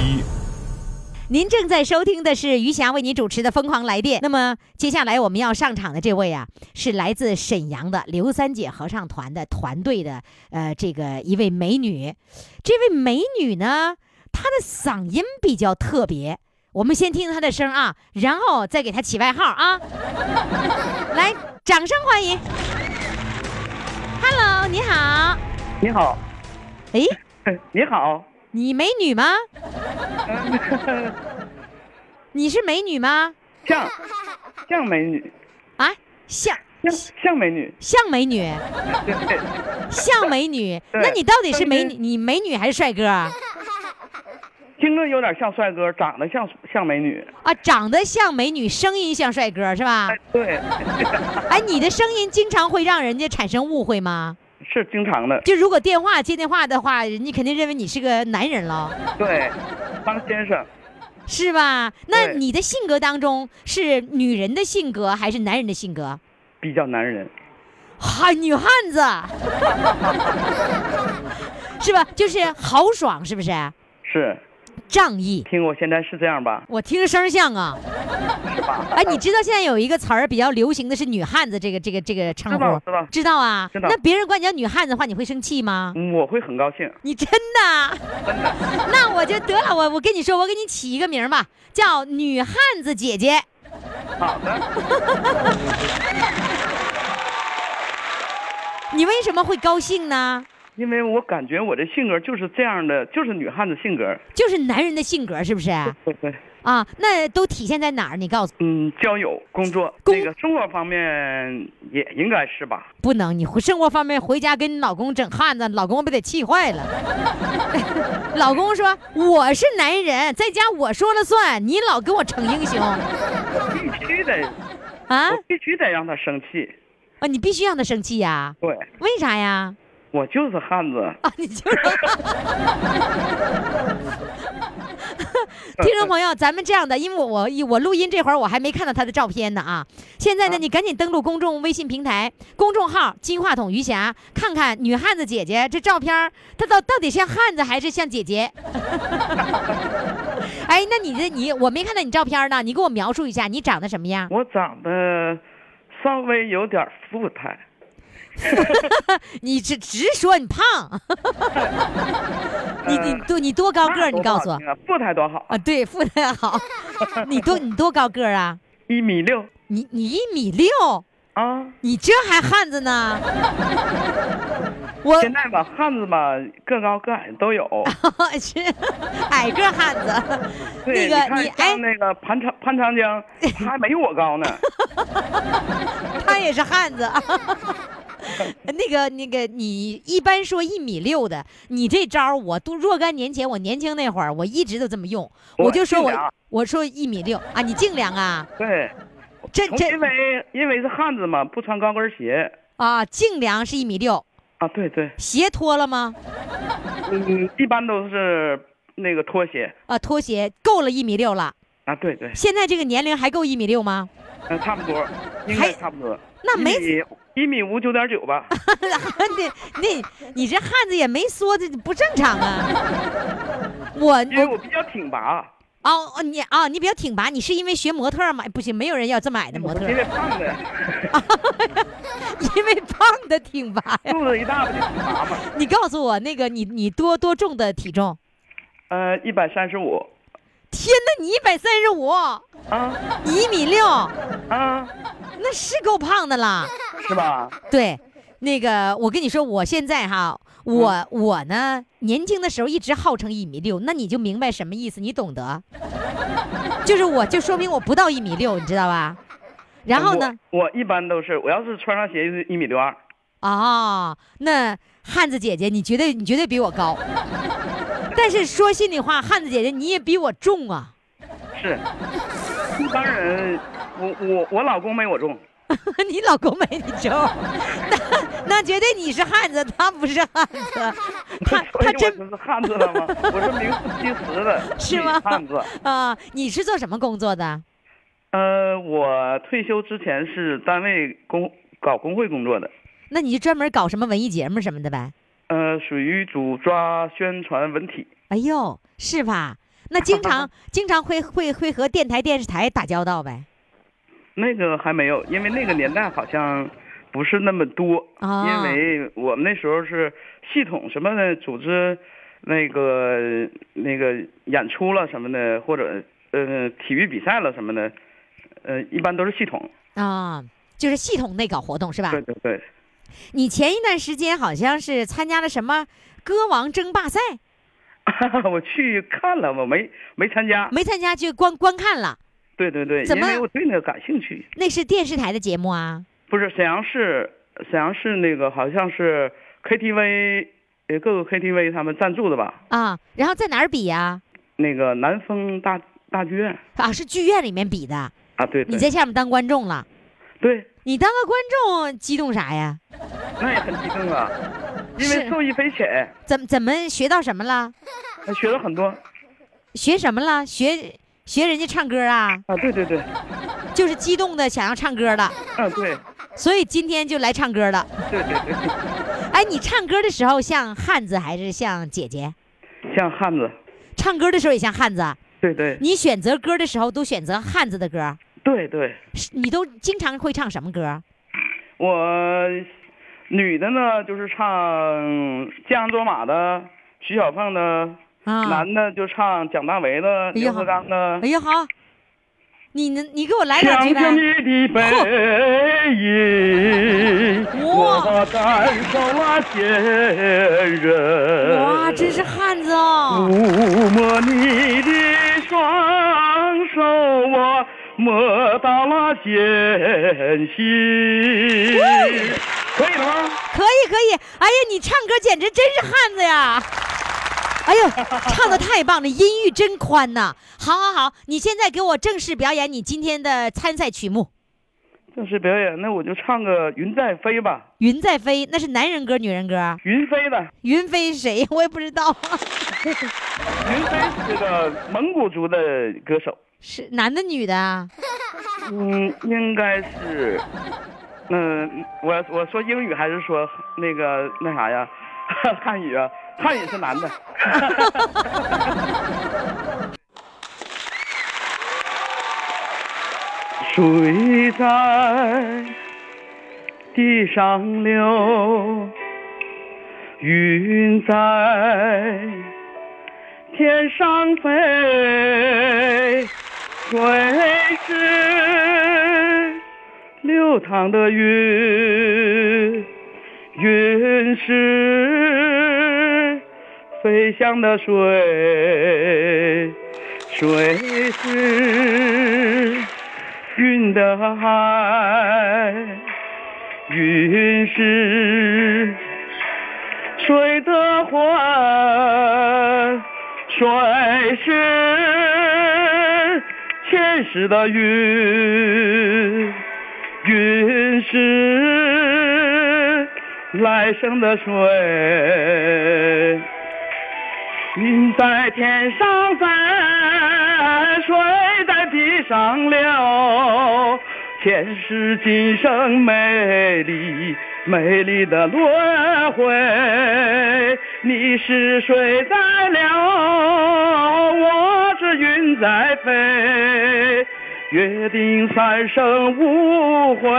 [SPEAKER 3] 您正在收听的是余霞为您主持的《疯狂来电》。那么接下来我们要上场的这位啊，是来自沈阳的刘三姐合唱团的团队的呃这个一位美女。这位美女呢，她的嗓音比较特别，我们先听听他的声啊，然后再给他起外号啊。来，掌声欢迎。Hello，你好。
[SPEAKER 9] 你好，
[SPEAKER 3] 哎，
[SPEAKER 9] 你好，
[SPEAKER 3] 你美女吗？你是美女吗？
[SPEAKER 9] 像像美女，
[SPEAKER 3] 啊，像
[SPEAKER 9] 像像美女，
[SPEAKER 3] 像美女，
[SPEAKER 9] 对对
[SPEAKER 3] 像美女。
[SPEAKER 9] 对
[SPEAKER 3] 那你到底是美女？
[SPEAKER 9] 声
[SPEAKER 3] 你美女还是帅哥啊？
[SPEAKER 9] 听着有点像帅哥，长得像像美女。
[SPEAKER 3] 啊，长得像美女，声音像帅哥是吧
[SPEAKER 9] 哎？，对，
[SPEAKER 3] 哎，你的声音经常会让人家产生误会吗？
[SPEAKER 9] 是经常的，
[SPEAKER 3] 就如果电话接电话的话，人家肯定认为你是个男人了，
[SPEAKER 9] 对，当先生，
[SPEAKER 3] 是吧？那
[SPEAKER 9] 对
[SPEAKER 3] 你的性格当中是女人的性格还是男人的性格？
[SPEAKER 9] 比较男人，
[SPEAKER 3] 哈，女汉子， 是吧？就是豪爽，是不是？
[SPEAKER 9] 是。
[SPEAKER 3] 仗义，
[SPEAKER 9] 听我现在是这样吧，
[SPEAKER 3] 我听着声儿像啊。
[SPEAKER 9] 是吧？
[SPEAKER 3] 哎，你知道现在有一个词儿比较流行的是“女汉子”这个这个这个称
[SPEAKER 9] 知道
[SPEAKER 3] 呼
[SPEAKER 9] 知道，
[SPEAKER 3] 知道啊？
[SPEAKER 9] 知道
[SPEAKER 3] 那别人管你叫女汉子的话，你会生气吗？
[SPEAKER 9] 嗯我会很高兴。
[SPEAKER 3] 你真的啊？那我就得了，我我跟你说，我给你起一个名儿吧，叫女汉子姐姐。
[SPEAKER 9] 好的，
[SPEAKER 3] 你为什么会高兴呢？
[SPEAKER 9] 因为我感觉我这性格就是这样的，就是女汉子性格。
[SPEAKER 3] 就是男人的性格是不是啊？
[SPEAKER 9] 对对，
[SPEAKER 3] 那都体现在哪儿？你告诉我，
[SPEAKER 9] 嗯，交友、工作，
[SPEAKER 3] 工
[SPEAKER 9] 那个生活方面也应该是吧？
[SPEAKER 3] 不能，你回生活方面回家跟你老公整汉子，老公不得气坏了？ 老公说我是男人，在家我说了算，你老跟我逞英雄啊？
[SPEAKER 9] 必须得，我必须得让他生气。
[SPEAKER 3] 啊，你必须让他生气呀？
[SPEAKER 9] 对，
[SPEAKER 3] 为啥呀？
[SPEAKER 9] 我就是汉子。
[SPEAKER 3] 啊，你就是。听众朋友，咱们这样的，因为我我我录音这会儿我还没看到他的照片呢啊！现在呢，
[SPEAKER 9] 啊
[SPEAKER 3] 你赶紧登录公众微信平台公众号“金话筒余霞”，看看女汉子姐姐这照片儿，她到到底像汉子还是像姐 姐？哎，那你的你我没看到你照片儿呢，你给我描述一下你长得什么样？
[SPEAKER 9] 我长得稍微有点富态，
[SPEAKER 3] 你直直说你胖， 你你多你多高个儿？
[SPEAKER 9] 那
[SPEAKER 3] 你
[SPEAKER 9] 多
[SPEAKER 3] 告
[SPEAKER 9] 好
[SPEAKER 3] 诉我
[SPEAKER 9] 听啊，富态多好，
[SPEAKER 3] 啊， 对，富态好。你多你多高个儿啊？
[SPEAKER 9] 一米六
[SPEAKER 3] 你你一米六，
[SPEAKER 9] 啊。
[SPEAKER 3] 你这还汉子 呢？我
[SPEAKER 9] 现在吧，汉子吧，个高个矮都有。
[SPEAKER 3] 啊是 矮个儿汉子。那
[SPEAKER 9] 对，
[SPEAKER 3] 个你
[SPEAKER 9] 你看
[SPEAKER 3] 哎
[SPEAKER 9] 像那个潘长潘 长江，他还没我高呢。
[SPEAKER 3] 他也是汉 子。那个那个，你一般说一米六的，你这招儿我都若干年前我年轻那会儿，我一直都这么用，
[SPEAKER 9] 我
[SPEAKER 3] 我就说
[SPEAKER 9] 净
[SPEAKER 3] 我
[SPEAKER 9] 量
[SPEAKER 3] 我说一米六啊，你净量啊，
[SPEAKER 9] 对，
[SPEAKER 3] 这这
[SPEAKER 9] 因为因为是汉子嘛，不穿高跟鞋
[SPEAKER 3] 啊净量是一米六，
[SPEAKER 9] 啊。对对，
[SPEAKER 3] 鞋脱了吗？
[SPEAKER 9] 嗯，一般都是那个拖鞋
[SPEAKER 3] 啊，拖鞋够了一米六了，
[SPEAKER 9] 啊。对对，
[SPEAKER 3] 现在这个年龄还够一米六吗？
[SPEAKER 9] 嗯，差不多，应
[SPEAKER 3] 还
[SPEAKER 9] 该差不多。
[SPEAKER 3] 那没
[SPEAKER 9] 一米一米五九点 九吧。
[SPEAKER 3] 那那你这汉子也没缩，这不正常啊！我
[SPEAKER 9] 因为
[SPEAKER 3] 我
[SPEAKER 9] 我比较挺拔，
[SPEAKER 3] 哦哦你哦你比较挺拔，你是因为学模特吗？不行，没有人要这么矮的模
[SPEAKER 9] 我
[SPEAKER 3] 特，
[SPEAKER 9] 因为胖的，
[SPEAKER 3] 因为胖的挺拔呀。
[SPEAKER 9] 肚子一大不就挺拔嘛。
[SPEAKER 3] 你告诉我那个你你多多重的体重？
[SPEAKER 9] 呃，一百三十五
[SPEAKER 3] 天哪，你一百三十五，
[SPEAKER 9] 啊
[SPEAKER 3] 你一米六，
[SPEAKER 9] 啊，
[SPEAKER 3] 那是够胖的了。
[SPEAKER 9] 是吧？
[SPEAKER 3] 对，那个我跟你说，我现在哈，我、
[SPEAKER 9] 嗯
[SPEAKER 3] 我呢，年轻的时候一直号称一米六，那你就明白什么意思，你懂 得。就是我就说明我不到一米六，你知道吧？然后呢，
[SPEAKER 9] 我？我一般都是，我要是穿上鞋就是一米六二。
[SPEAKER 3] 哦，那汉子姐姐，你绝对你绝对比我 高。但是说心里话，汉子姐姐你也比我重啊，
[SPEAKER 9] 是，一般人，我我我老公没我重，
[SPEAKER 3] 你老公没你重，那那绝对你是汉子，他不是汉 子，他
[SPEAKER 9] 所以
[SPEAKER 3] 他
[SPEAKER 9] 我
[SPEAKER 3] 真
[SPEAKER 9] 不是汉子了吗？我是名副其实的
[SPEAKER 3] 是吗
[SPEAKER 9] 女汉子。
[SPEAKER 3] 啊、你是做什么工作的？
[SPEAKER 9] 呃，我退休之前是单位工搞工会工作的，
[SPEAKER 3] 那你就专门搞什么文艺节目什么的呗？
[SPEAKER 9] 呃，属于主抓宣传文体。
[SPEAKER 3] 哎呦，是吧？那经 常经常会会会和电台电视台打交道呗？
[SPEAKER 9] 那个还没有，因为那个年代好像不是那么多，
[SPEAKER 3] 啊
[SPEAKER 9] 因为我们那时候是系统什么的组织，那个那个演出了什么的，或者呃体育比赛了什么的，呃，一般都是系统。
[SPEAKER 3] 啊，就是系统内搞活动是吧？
[SPEAKER 9] 对对对，
[SPEAKER 3] 你前一段时间好像是参加了什么歌王争霸赛，
[SPEAKER 9] 我去看了，我没没参加。
[SPEAKER 3] 没参加就观观看了，
[SPEAKER 9] 对对对，
[SPEAKER 3] 怎
[SPEAKER 9] 因
[SPEAKER 3] 么
[SPEAKER 9] 为我对那个感兴趣。
[SPEAKER 3] 那是电视台的节目啊。
[SPEAKER 9] 不是沈阳市，沈阳市那个好像是 KTV，呃，各个 KTV 他们赞助的吧？
[SPEAKER 3] 啊，然后在哪儿比呀、
[SPEAKER 9] 那个南丰大大剧院
[SPEAKER 3] 啊？是剧院里面比的，
[SPEAKER 9] 啊，对
[SPEAKER 3] 你
[SPEAKER 9] 对
[SPEAKER 3] 在下面当观众了。
[SPEAKER 9] 对，
[SPEAKER 3] 你当个观众激动啥呀？
[SPEAKER 9] 那也很激动啊，因
[SPEAKER 3] 是
[SPEAKER 9] 为受益匪浅，
[SPEAKER 3] 怎怎么学到什么了？
[SPEAKER 9] 还学了很多
[SPEAKER 3] 学什么了？学学人家唱歌啊？
[SPEAKER 9] 啊，对对对，
[SPEAKER 3] 就是激动的想要唱歌了，
[SPEAKER 9] 啊对
[SPEAKER 3] 所以今天就来唱歌了。
[SPEAKER 9] 对对对，
[SPEAKER 3] 哎，你唱歌的时候像汉子还是像姐姐？
[SPEAKER 9] 像汉子，
[SPEAKER 3] 唱歌的时候也像汉子啊？
[SPEAKER 9] 对对
[SPEAKER 3] 你选择歌的时候都选择汉子的歌，
[SPEAKER 9] 对对，
[SPEAKER 3] 是你都经常会唱什么歌？
[SPEAKER 9] 我女的呢就是唱《江卓玛》的徐小凤的，
[SPEAKER 3] 啊，
[SPEAKER 9] 男的就唱蒋大为的、
[SPEAKER 3] 哎呀
[SPEAKER 9] 刘德刚的。
[SPEAKER 3] 哎呀哎好，你能你给我来两
[SPEAKER 9] 想
[SPEAKER 3] 句
[SPEAKER 9] 着
[SPEAKER 3] 呗？
[SPEAKER 9] 你的背影，
[SPEAKER 3] 哇
[SPEAKER 9] 我感受了坚韧。
[SPEAKER 3] 哇，真是汉子
[SPEAKER 9] 嗯
[SPEAKER 3] 哦！
[SPEAKER 9] 抚摸你的双手，我摸到了艰辛。可以了吗？
[SPEAKER 3] 可以可以，哎呀，你唱歌简直真是汉子呀！哎 呦，唱的太棒了，音域真宽呐！好好好，你现在给我正式表演你今天的参赛曲目《
[SPEAKER 9] 正式表演，那我就唱个《云在飞》吧，
[SPEAKER 3] 云在飞》，那是男人歌女人歌？
[SPEAKER 9] 云飞的，
[SPEAKER 3] 云飞是谁呀？我也不知道，
[SPEAKER 9] 云飞是个蒙古族的歌手，
[SPEAKER 3] 是男的女的啊？
[SPEAKER 9] 嗯，应该是，嗯、我我说英语还是说那个那啥呀， 汉语啊？汉语是男的。 水在地上流，云在天上飞。水是流淌的云，云是飞翔的水，水是云的海，云是水的魂，水是前世的云，云是来生的水，云在天上飞，水在地上流，前世今生美丽美丽的轮回。你是水在流，我是云在飞。约定三生无悔，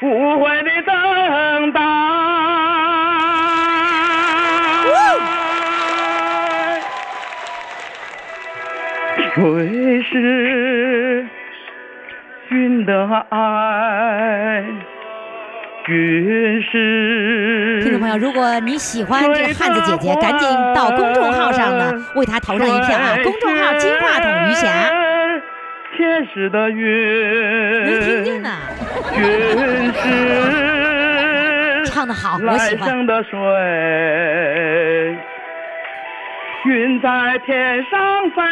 [SPEAKER 9] 无悔的等待。水是云的爱，云是
[SPEAKER 3] 听众朋友，如果你喜欢这个汉子姐姐，
[SPEAKER 9] 水
[SPEAKER 3] 赶紧到公众号上呢
[SPEAKER 9] 花，
[SPEAKER 3] 为她投上一票啊！公众号“金话筒余霞
[SPEAKER 9] 水是天使的”，云，
[SPEAKER 3] 能听见呢，
[SPEAKER 9] 云是
[SPEAKER 3] 唱的好，我
[SPEAKER 9] 来
[SPEAKER 3] 喜欢。
[SPEAKER 9] 生的水，云在天上飞，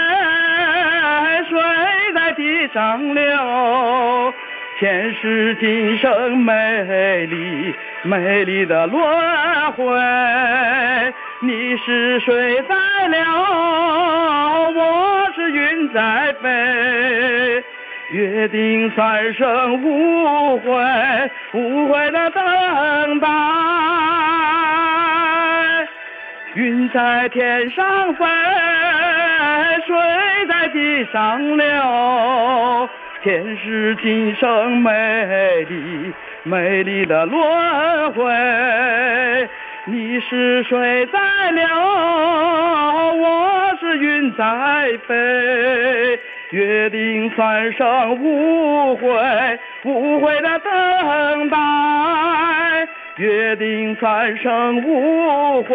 [SPEAKER 9] 水在地上流。前世今生美丽美丽的轮回，你是水在流，我是云在飞。约定三生无悔，无悔的等待。云在天上飞，水在地上流。前世今生美丽美丽的轮回，你是水在流，我是云在飞。约定三生无悔，无悔的等待。约定三生无悔，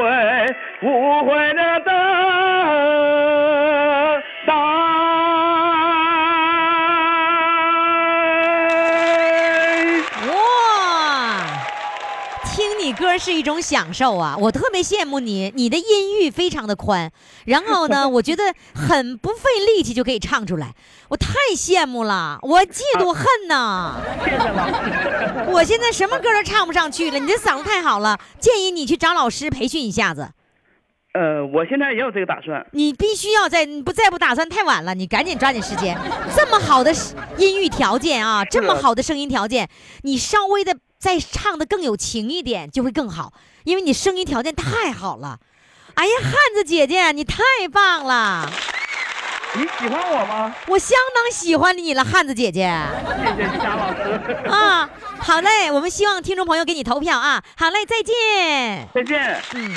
[SPEAKER 9] 无悔的等待。
[SPEAKER 3] 哇，听你歌是一种享受啊！我特别羡慕你，你的音域非常的宽，然后 呢，我觉得很不费力气就可以唱出来，我太羡慕了，我嫉妒恨呐！
[SPEAKER 5] 谢谢老师。
[SPEAKER 3] 我现在什么歌都唱不上去了，你这嗓子太好了，建议你去找老师培训一下子。
[SPEAKER 9] 呃，我现在也有这个打算。
[SPEAKER 3] 你必须要在你不再不打算太晚了，你赶紧抓紧时间。这么好的音域条件啊，这么好的声音条件，你稍微的再唱的更有情一点就会更好，因为你声音条件太好了。哎呀，汉子姐姐，你太棒了，
[SPEAKER 9] 你喜欢我吗？
[SPEAKER 3] 我相当喜欢你了，汉子姐姐。
[SPEAKER 9] 谢谢夏老师，
[SPEAKER 3] 啊，好嘞，我们希望听众朋友给你投票啊。好嘞，再见。
[SPEAKER 9] 再见。
[SPEAKER 3] 嗯。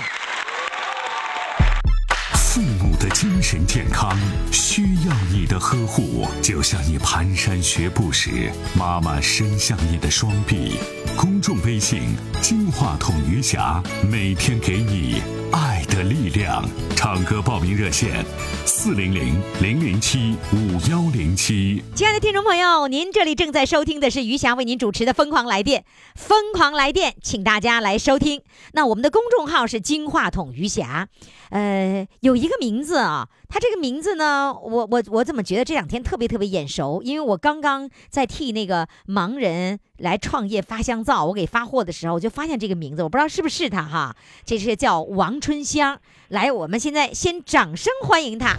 [SPEAKER 4] 父母的精神健康需要你的呵护，就像你蹒跚学步时，妈妈伸向你的双臂。公众微信“金话筒余霞”，每天给你爱的力量。唱歌报名热线：四零零零零七五幺零七。
[SPEAKER 3] 亲爱的听众朋友，您这里正在收听的是余霞为您主持的《疯狂来电》，疯狂来电，请大家来收听。那我们的公众号是金话筒余霞，呃，有一个名字啊，它这个名字呢，我我我怎么觉得这两天特别特别眼熟？因为我刚刚在替那个盲人来创业发香皂，我给发货的时候，我就发现这个名字，我不知道是不是他哈，这是叫王春香。来，我们现在先掌声欢迎他。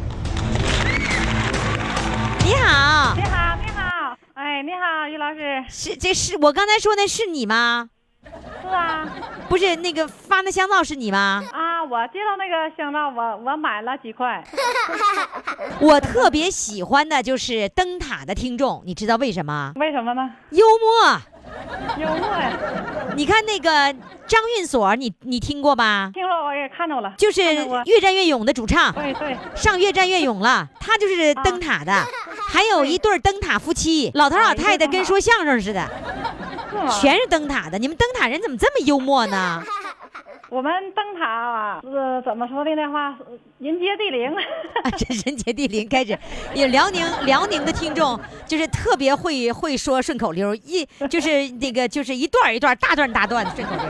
[SPEAKER 3] 你好。
[SPEAKER 11] 你好，你好，哎，你好，于老师，
[SPEAKER 3] 是，这是我刚才说那是你吗？
[SPEAKER 11] 是啊，
[SPEAKER 3] 不是那个发那香皂是你吗？
[SPEAKER 11] 啊，我知道那个香皂，我我买了几块，
[SPEAKER 3] 我特别喜欢的就是灯塔的听众，你知道为什么？
[SPEAKER 11] 为什么呢？
[SPEAKER 3] 幽默。
[SPEAKER 11] 幽默呀，
[SPEAKER 3] 你看那个张运所，你你听过吧？
[SPEAKER 11] 听说我也看着了，
[SPEAKER 3] 就是
[SPEAKER 11] 看着我
[SPEAKER 3] 越战越勇的主唱，
[SPEAKER 11] 对对，
[SPEAKER 3] 上越战越勇了，他就是灯塔的。还有一对儿灯塔夫妻，老头老太太跟说相声似的，
[SPEAKER 11] 是吗？
[SPEAKER 3] 全是灯塔的。你们灯塔人怎么这么幽默呢？
[SPEAKER 11] 我们灯塔啊，是怎么说的那话，是人杰地灵，
[SPEAKER 3] 啊， 人人杰地灵开始，也辽宁辽宁的听众就是特别会会说顺口溜，一就是那个就是一段儿一段儿大段儿大段的顺口溜。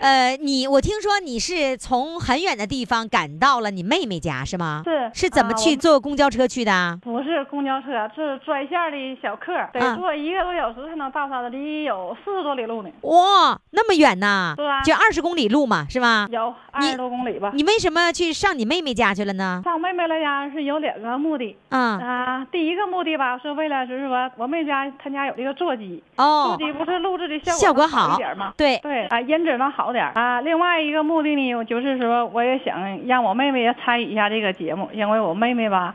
[SPEAKER 3] 呃，你我听说你是从很远的地方赶到了你妹妹家是吗？
[SPEAKER 11] 是
[SPEAKER 3] 是怎么
[SPEAKER 11] 啊
[SPEAKER 3] 去
[SPEAKER 11] 我
[SPEAKER 3] 坐公交车去的啊？
[SPEAKER 11] 不是公交车，啊是专线的小客，
[SPEAKER 3] 啊
[SPEAKER 11] 得坐一个多小时才能到她的，离有四十多里路呢，
[SPEAKER 3] 哇，那么远呐
[SPEAKER 11] 是啊，嗯
[SPEAKER 3] 就二十公里路嘛，是吧？
[SPEAKER 11] 有二
[SPEAKER 3] 你
[SPEAKER 11] 十多公里吧。
[SPEAKER 3] 你为什么去上你妹妹家去了呢？嗯
[SPEAKER 11] 上妹妹来家是有两个目的
[SPEAKER 3] 啊，
[SPEAKER 11] 啊，第一个目的吧，是为了就是说我妹家她家有这个座机，座
[SPEAKER 3] 哦，
[SPEAKER 11] 机不是录制的效果
[SPEAKER 3] 效果
[SPEAKER 11] 能好
[SPEAKER 3] 好
[SPEAKER 11] 一点吗，？
[SPEAKER 3] 对，
[SPEAKER 11] 对啊，音质能好点儿啊。另外一个目的呢，我就是说，我也想让我妹妹也参与一下这个节目，因为我妹妹吧，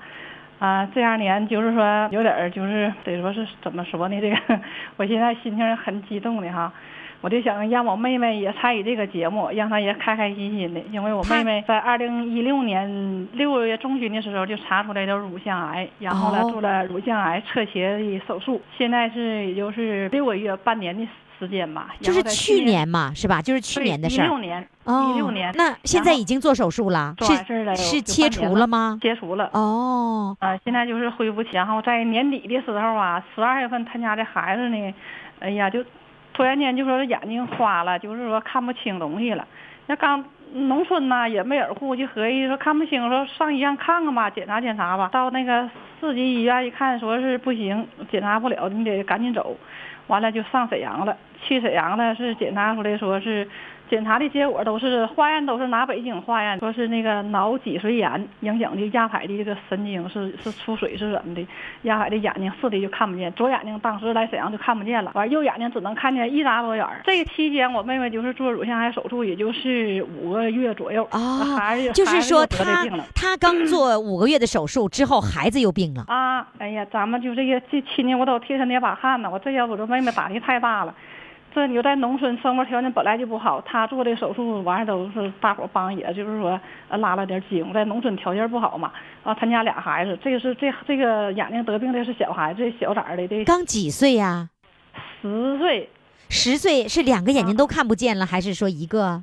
[SPEAKER 11] 啊，这两年就是说有点儿就是得说是怎么说呢？这个 我现在心情很激动的哈，我就想让我妹妹也参与这个节目，让她也开开心心的，因为我妹妹在二零一六年六月中旬的时候就查出来的乳腺癌，然后呢
[SPEAKER 3] 哦
[SPEAKER 11] 做了乳腺癌侧切的手术，现在是也就是六个月半年的时间吧，
[SPEAKER 3] 就
[SPEAKER 11] 然
[SPEAKER 3] 是
[SPEAKER 11] 后在
[SPEAKER 3] 去年嘛，是吧？就是去年的事
[SPEAKER 11] 一
[SPEAKER 3] 儿。
[SPEAKER 11] 六年，
[SPEAKER 3] 哦，
[SPEAKER 11] 一六年，
[SPEAKER 3] 那现
[SPEAKER 11] 然
[SPEAKER 3] 在
[SPEAKER 11] 后
[SPEAKER 3] 已经做手术了，
[SPEAKER 11] 做完事儿了
[SPEAKER 3] 是
[SPEAKER 11] 有
[SPEAKER 3] 是
[SPEAKER 11] 有
[SPEAKER 3] 切
[SPEAKER 11] 半年
[SPEAKER 3] 除
[SPEAKER 11] 了
[SPEAKER 3] 了吗？
[SPEAKER 11] 切除了。
[SPEAKER 3] 哦，
[SPEAKER 11] 啊、现在就是恢复期，然后在年底的时候啊，十二月份他家这孩子呢，哎呀，就突然间就说眼睛花了，就是说看不清东西了。那刚农村呐、也没人护，就合计说看不清，说上医院看看吧，检查检查吧。到那个市级医院一看，说是不行，检查不了，你得赶紧走。完了就上沈阳了，去沈阳了是检查出来说是。检查的结果都是化验，都是拿北京化验，说是那个脑脊髓炎影响的亚海的这个神经是是出水是怎么的，亚海的眼睛视力就看不见，左眼睛当时来沈阳就看不见了，完右眼睛只能看见一眨多眼儿。这期间我妹妹就是做乳腺癌手术，也就是五个月左右，
[SPEAKER 3] 哦
[SPEAKER 11] 呃 孩子，
[SPEAKER 3] 就是说
[SPEAKER 11] 孩子得
[SPEAKER 3] 他
[SPEAKER 11] 这病了。
[SPEAKER 3] 他刚做五个月的手术之后，孩子又病了。
[SPEAKER 11] 啊，哎呀，咱们就这些这亲戚，我都替他捏把汗呢。我这要我这妹妹打击太大了，这你就在农村生活条件本来就不好，他做这手术完事都是大伙儿帮，也就是说呃拉了点筋。在农村条件不好嘛，啊，他家俩孩子，这个是这这个眼睛得病的是小孩子，这小崽儿的这
[SPEAKER 3] 刚几岁呀、
[SPEAKER 11] 十岁，
[SPEAKER 3] 十岁是两个眼
[SPEAKER 11] 嗯
[SPEAKER 3] 睛都看不见了，还是说一个？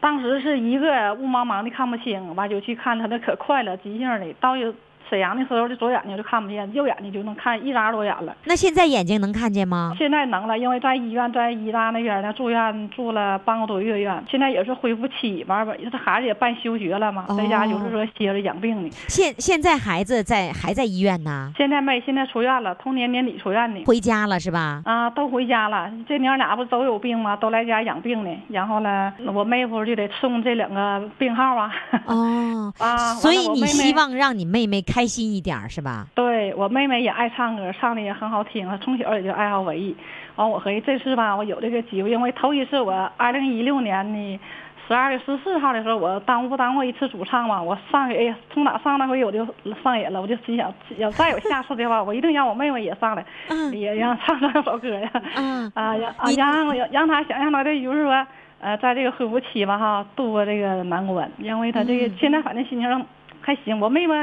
[SPEAKER 11] 当时是一个雾茫茫的看不清，完就去看他那可快了，急性的。到有沈阳的时候，这左眼睛就看不见，右眼睛就能看一眨多眼了。
[SPEAKER 3] 那现在眼睛能看见吗？
[SPEAKER 11] 现在能了，因为在医院，在医大那边呢住院住了半个多月院，现在也是恢复期，完吧，这孩子也办休学了
[SPEAKER 3] 哦
[SPEAKER 11] 嘛，在家就是说歇着养病呢。
[SPEAKER 3] 现现在孩子在还在医院呢，
[SPEAKER 11] 现在没，现在出院了，同年年底出院的。
[SPEAKER 3] 回家了是吧？
[SPEAKER 11] 啊，都回家了。这娘俩不都有病吗？都来家养病呢。然后呢，我妹夫就得送这两个病号 啊。
[SPEAKER 3] 哦，
[SPEAKER 11] 啊，完了
[SPEAKER 3] 所以
[SPEAKER 11] 我
[SPEAKER 3] 你
[SPEAKER 11] 妹妹
[SPEAKER 3] 希望让你妹妹开心一点儿是吧？
[SPEAKER 11] 对我妹妹也爱唱歌，唱的也很好听，她从小也就爱好文艺。完，我合计这次吧，我有这个机会，因为头一次我二零一六年的十二月十四号的时候，我当不当过一次主唱嘛？我上回哎呀，从哪上那回我就上瘾了，我就心想，要再有下次的话，我一定让我妹妹也上来，
[SPEAKER 3] 嗯
[SPEAKER 11] 也让唱两首歌呀。
[SPEAKER 3] 嗯
[SPEAKER 11] 啊，让啊
[SPEAKER 3] 你
[SPEAKER 11] 让让让他想让他这就是说，呃，在这个恢复期吧哈，度过这个难关，因为他这
[SPEAKER 3] 嗯
[SPEAKER 11] 个、现在反正心情还行，我妹妹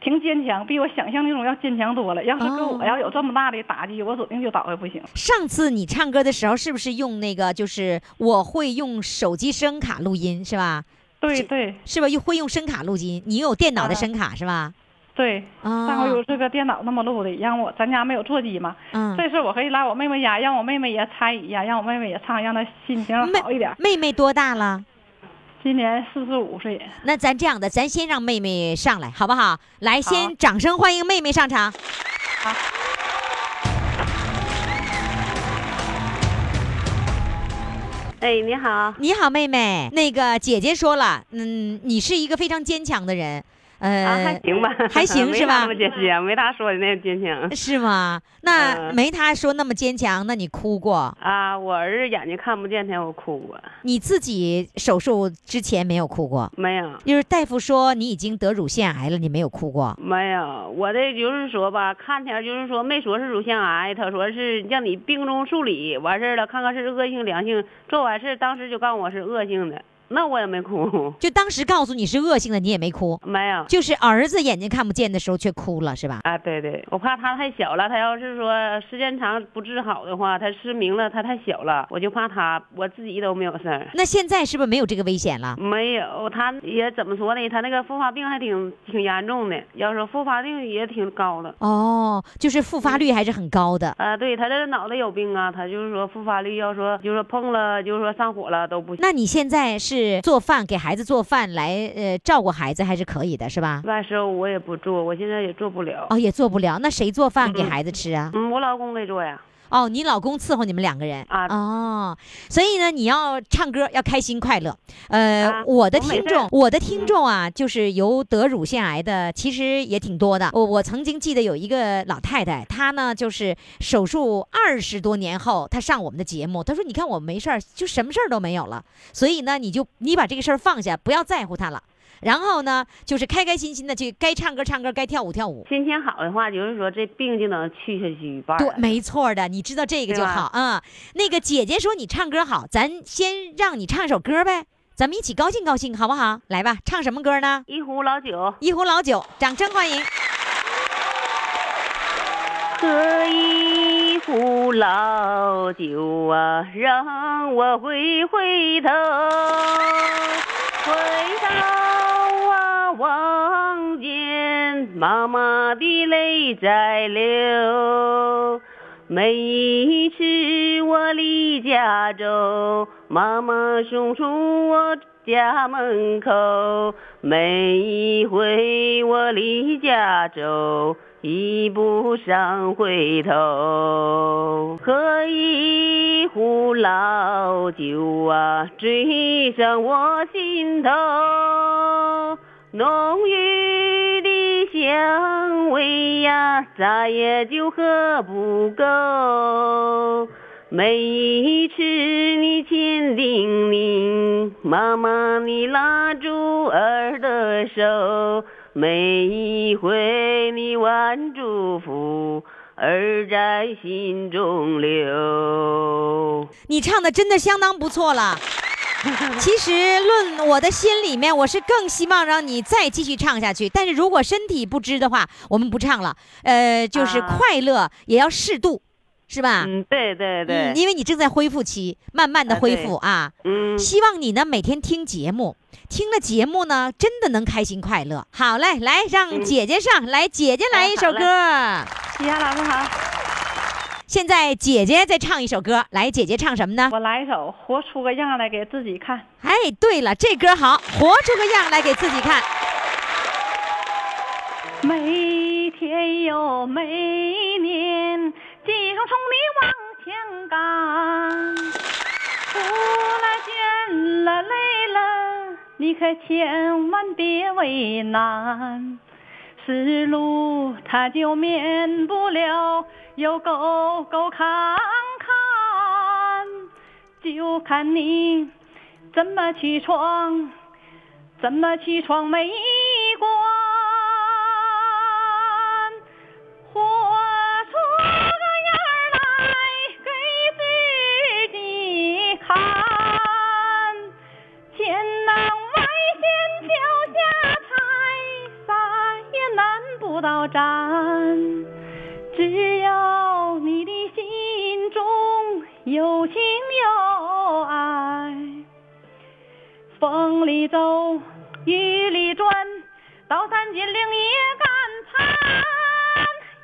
[SPEAKER 11] 挺坚强，比我想象那种要坚强多了。要是跟
[SPEAKER 3] 哦
[SPEAKER 11] 我要有这么大的打击，我指定就倒下不行。
[SPEAKER 3] 上次你唱歌的时候是不是用那个就是我会用手机声卡录音是吧？
[SPEAKER 11] 对
[SPEAKER 3] 这
[SPEAKER 11] 对
[SPEAKER 3] 是吧？又会用声卡录音，你有电脑的
[SPEAKER 11] 啊
[SPEAKER 3] 声卡是吧？
[SPEAKER 11] 对，上
[SPEAKER 3] 啊
[SPEAKER 11] 回，有这个电脑那么录的，让我咱家没有座机嘛，
[SPEAKER 3] 嗯，
[SPEAKER 11] 这次我可以来我妹妹家，让我妹妹也参与呀，让我妹妹也唱，让她心情
[SPEAKER 3] 妹
[SPEAKER 11] 好一点。
[SPEAKER 3] 妹妹多大了？
[SPEAKER 11] 今年四十五岁，
[SPEAKER 3] 那咱这样的，咱先让妹妹上来，好不好？来，先掌声欢迎妹妹上场。
[SPEAKER 12] 哎，你好，
[SPEAKER 3] 你好，妹妹。那个姐姐说了，嗯，你是一个非常坚强的人，呃，
[SPEAKER 12] 啊，还行吧，
[SPEAKER 3] 还行是吧
[SPEAKER 12] 没啥那么坚强，没他说的那么坚强。
[SPEAKER 3] 是吗？那
[SPEAKER 12] 嗯
[SPEAKER 3] 没她说那么坚强，那你哭过？
[SPEAKER 12] 啊，我儿子眼睛看不见前我哭过，
[SPEAKER 3] 你自己手术之前没有哭过？
[SPEAKER 12] 没有，
[SPEAKER 3] 就是大夫说你已经得乳腺癌了，你没有哭过？
[SPEAKER 12] 没有，我的就是说吧，看起来就是说没说是乳腺癌，他说是让你病中处理，完事儿了看看是恶性良性，做完事儿当时就告诉我是恶性的，那我也没哭，
[SPEAKER 3] 就当时告诉你是恶性的，你也没哭，
[SPEAKER 12] 没有。
[SPEAKER 3] 就是儿子眼睛看不见的时候却哭了，是吧？
[SPEAKER 12] 啊，对对，我怕他太小了，他要是说时间长不治好的话，他失明了，他太小了，我就怕他，我自己都没有事儿。
[SPEAKER 3] 那现在是不是没有这个危险了？
[SPEAKER 12] 没有，他也怎么说呢？他那个复发病还挺挺严重的，要说复发率也挺高的。
[SPEAKER 3] 哦，就是复发率还是很高的。
[SPEAKER 12] 啊，对他这脑袋有病啊，他就是说复发率，要说就是说碰了，就是说上火了都不行。
[SPEAKER 3] 那你现在是做饭给孩子做饭来呃照顾孩子还是可以的，是吧？
[SPEAKER 12] 外食我也不做，我现在也做不了。
[SPEAKER 3] 哦，也做不了，那谁做饭给孩子吃啊？
[SPEAKER 12] 嗯，我老公给做呀。
[SPEAKER 3] 哦，你老公伺候你们两个人
[SPEAKER 12] 啊
[SPEAKER 3] 哦，所以呢，你要唱歌要开心快乐。呃，
[SPEAKER 12] 啊
[SPEAKER 3] 我的
[SPEAKER 12] 我没嗯
[SPEAKER 3] 听
[SPEAKER 12] 事
[SPEAKER 3] 众，我的听众啊，就是有得乳腺癌的，其实也挺多的。我我曾经记得有一个老太太，她呢就是手术二十多年后，她上我们的节目，她说：“你看我没事儿，就什么事儿都没有了。所以呢，你就你把这个事儿放下，不要在乎它了。”然后呢，就是开开心心的去，该唱歌唱歌，该跳舞跳舞。
[SPEAKER 12] 心情好的话，就是说这病就能去下去一半儿
[SPEAKER 3] 对
[SPEAKER 12] 了。，
[SPEAKER 3] 没错儿的，你知道这个
[SPEAKER 12] 对
[SPEAKER 3] 就
[SPEAKER 12] 吧
[SPEAKER 3] 好啊、那个姐姐说你唱歌好，咱先让你唱首歌呗，咱们一起高兴高兴，好不好？来吧，唱什么歌呢？
[SPEAKER 12] 一壶老酒。
[SPEAKER 3] 一壶老酒，掌声欢迎。
[SPEAKER 12] 喝一壶老酒啊，让我回回头，回头啊，望见妈妈的泪在流。每一次我离家走，妈妈送出我家门口。每一回我离家走，一步上回头。喝一壶老酒啊，醉上我心头。浓郁的香味呀，再也就喝不够。每一次你千叮咛，妈妈你拉住儿的手，每一回你万祝福，儿在心中留。
[SPEAKER 3] 你唱的真的相当不错 了。其实论我的心里面，我是更希望让你再继续唱下去。但是如果身体不支的话，我们不唱了。呃，就是
[SPEAKER 12] 啊
[SPEAKER 3] 快乐也要适度，是吧？
[SPEAKER 12] 嗯，对对对
[SPEAKER 3] 嗯，因为你正在恢复期，慢慢的
[SPEAKER 12] 啊
[SPEAKER 3] 恢
[SPEAKER 12] 对
[SPEAKER 3] 复啊。
[SPEAKER 12] 嗯，
[SPEAKER 3] 希望你呢每天听节目，听了节目呢真的能开心快乐。好嘞，来让
[SPEAKER 12] 嗯
[SPEAKER 3] 姐姐上、来，姐姐来
[SPEAKER 12] 哎
[SPEAKER 3] 一首
[SPEAKER 12] 好嘞
[SPEAKER 3] 歌。
[SPEAKER 12] 徐霞老师好，
[SPEAKER 3] 现在姐姐再唱一首歌，来，姐姐唱什么呢？
[SPEAKER 8] 我来一首《活出个样来给自己看》。
[SPEAKER 3] 哎，对了，这歌好，活出个样来给自己看。
[SPEAKER 8] 每天又每年，继承从你往前赶。苦了倦了累了，你可千万别为难。死路它就免不了有沟沟坎坎，就看你怎么去闯。怎么去闯没关？活出个样儿来给自己看，千难万险脚下踩，啥也难不倒咱。只要你的心中有情有爱。风里走，雨里转，刀山金岭也敢攀，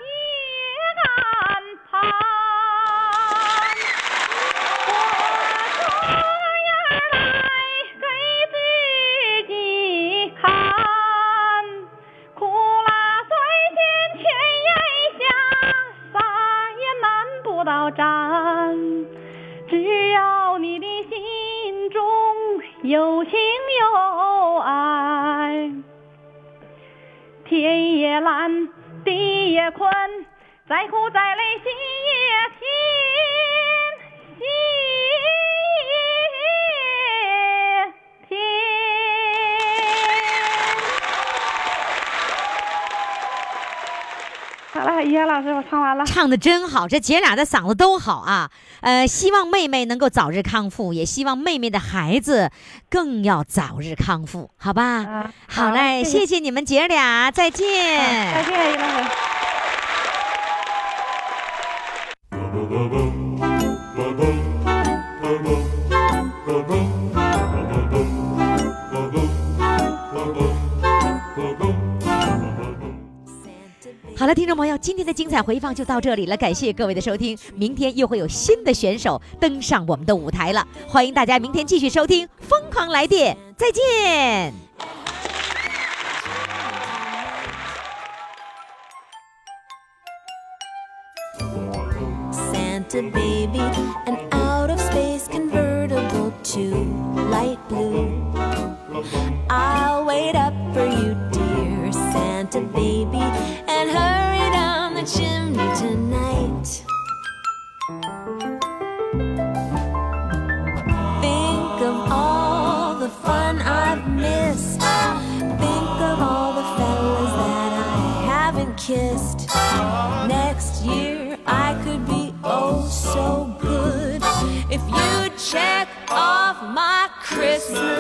[SPEAKER 8] 也敢攀。我这样来给自己看，苦辣酸咸全咽下，啥也难不倒咱。只要你的心中有情有爱，天也蓝，地也宽，再苦再累心也拼，心也拼。好了，于洋老师，我唱完了。
[SPEAKER 3] 唱的真好，这姐俩的嗓子都好啊。呃，希望妹妹能够早日康复，也希望妹妹的孩子更要早日康复，好吧？
[SPEAKER 8] 啊
[SPEAKER 3] 好嘞，
[SPEAKER 8] 谢谢
[SPEAKER 3] 谢谢你们姐俩，再见。
[SPEAKER 8] 再见，于老师。
[SPEAKER 3] 好了，听众朋友，今天的精彩回放就到这里了，感谢各位的收听。明天又会有新的选手登上我们的舞台了，欢迎大家明天继续收听《疯狂来电》，再见。
[SPEAKER 10] Santa baby, an out of space convertible to light blue. I'll wait up for you, dear Santa baby, and hurry down the chimney tonight. Think of all the fun I've missed. Think of all the fellas that I haven't kissed. Next year I could be oh so good if you check off my Christmas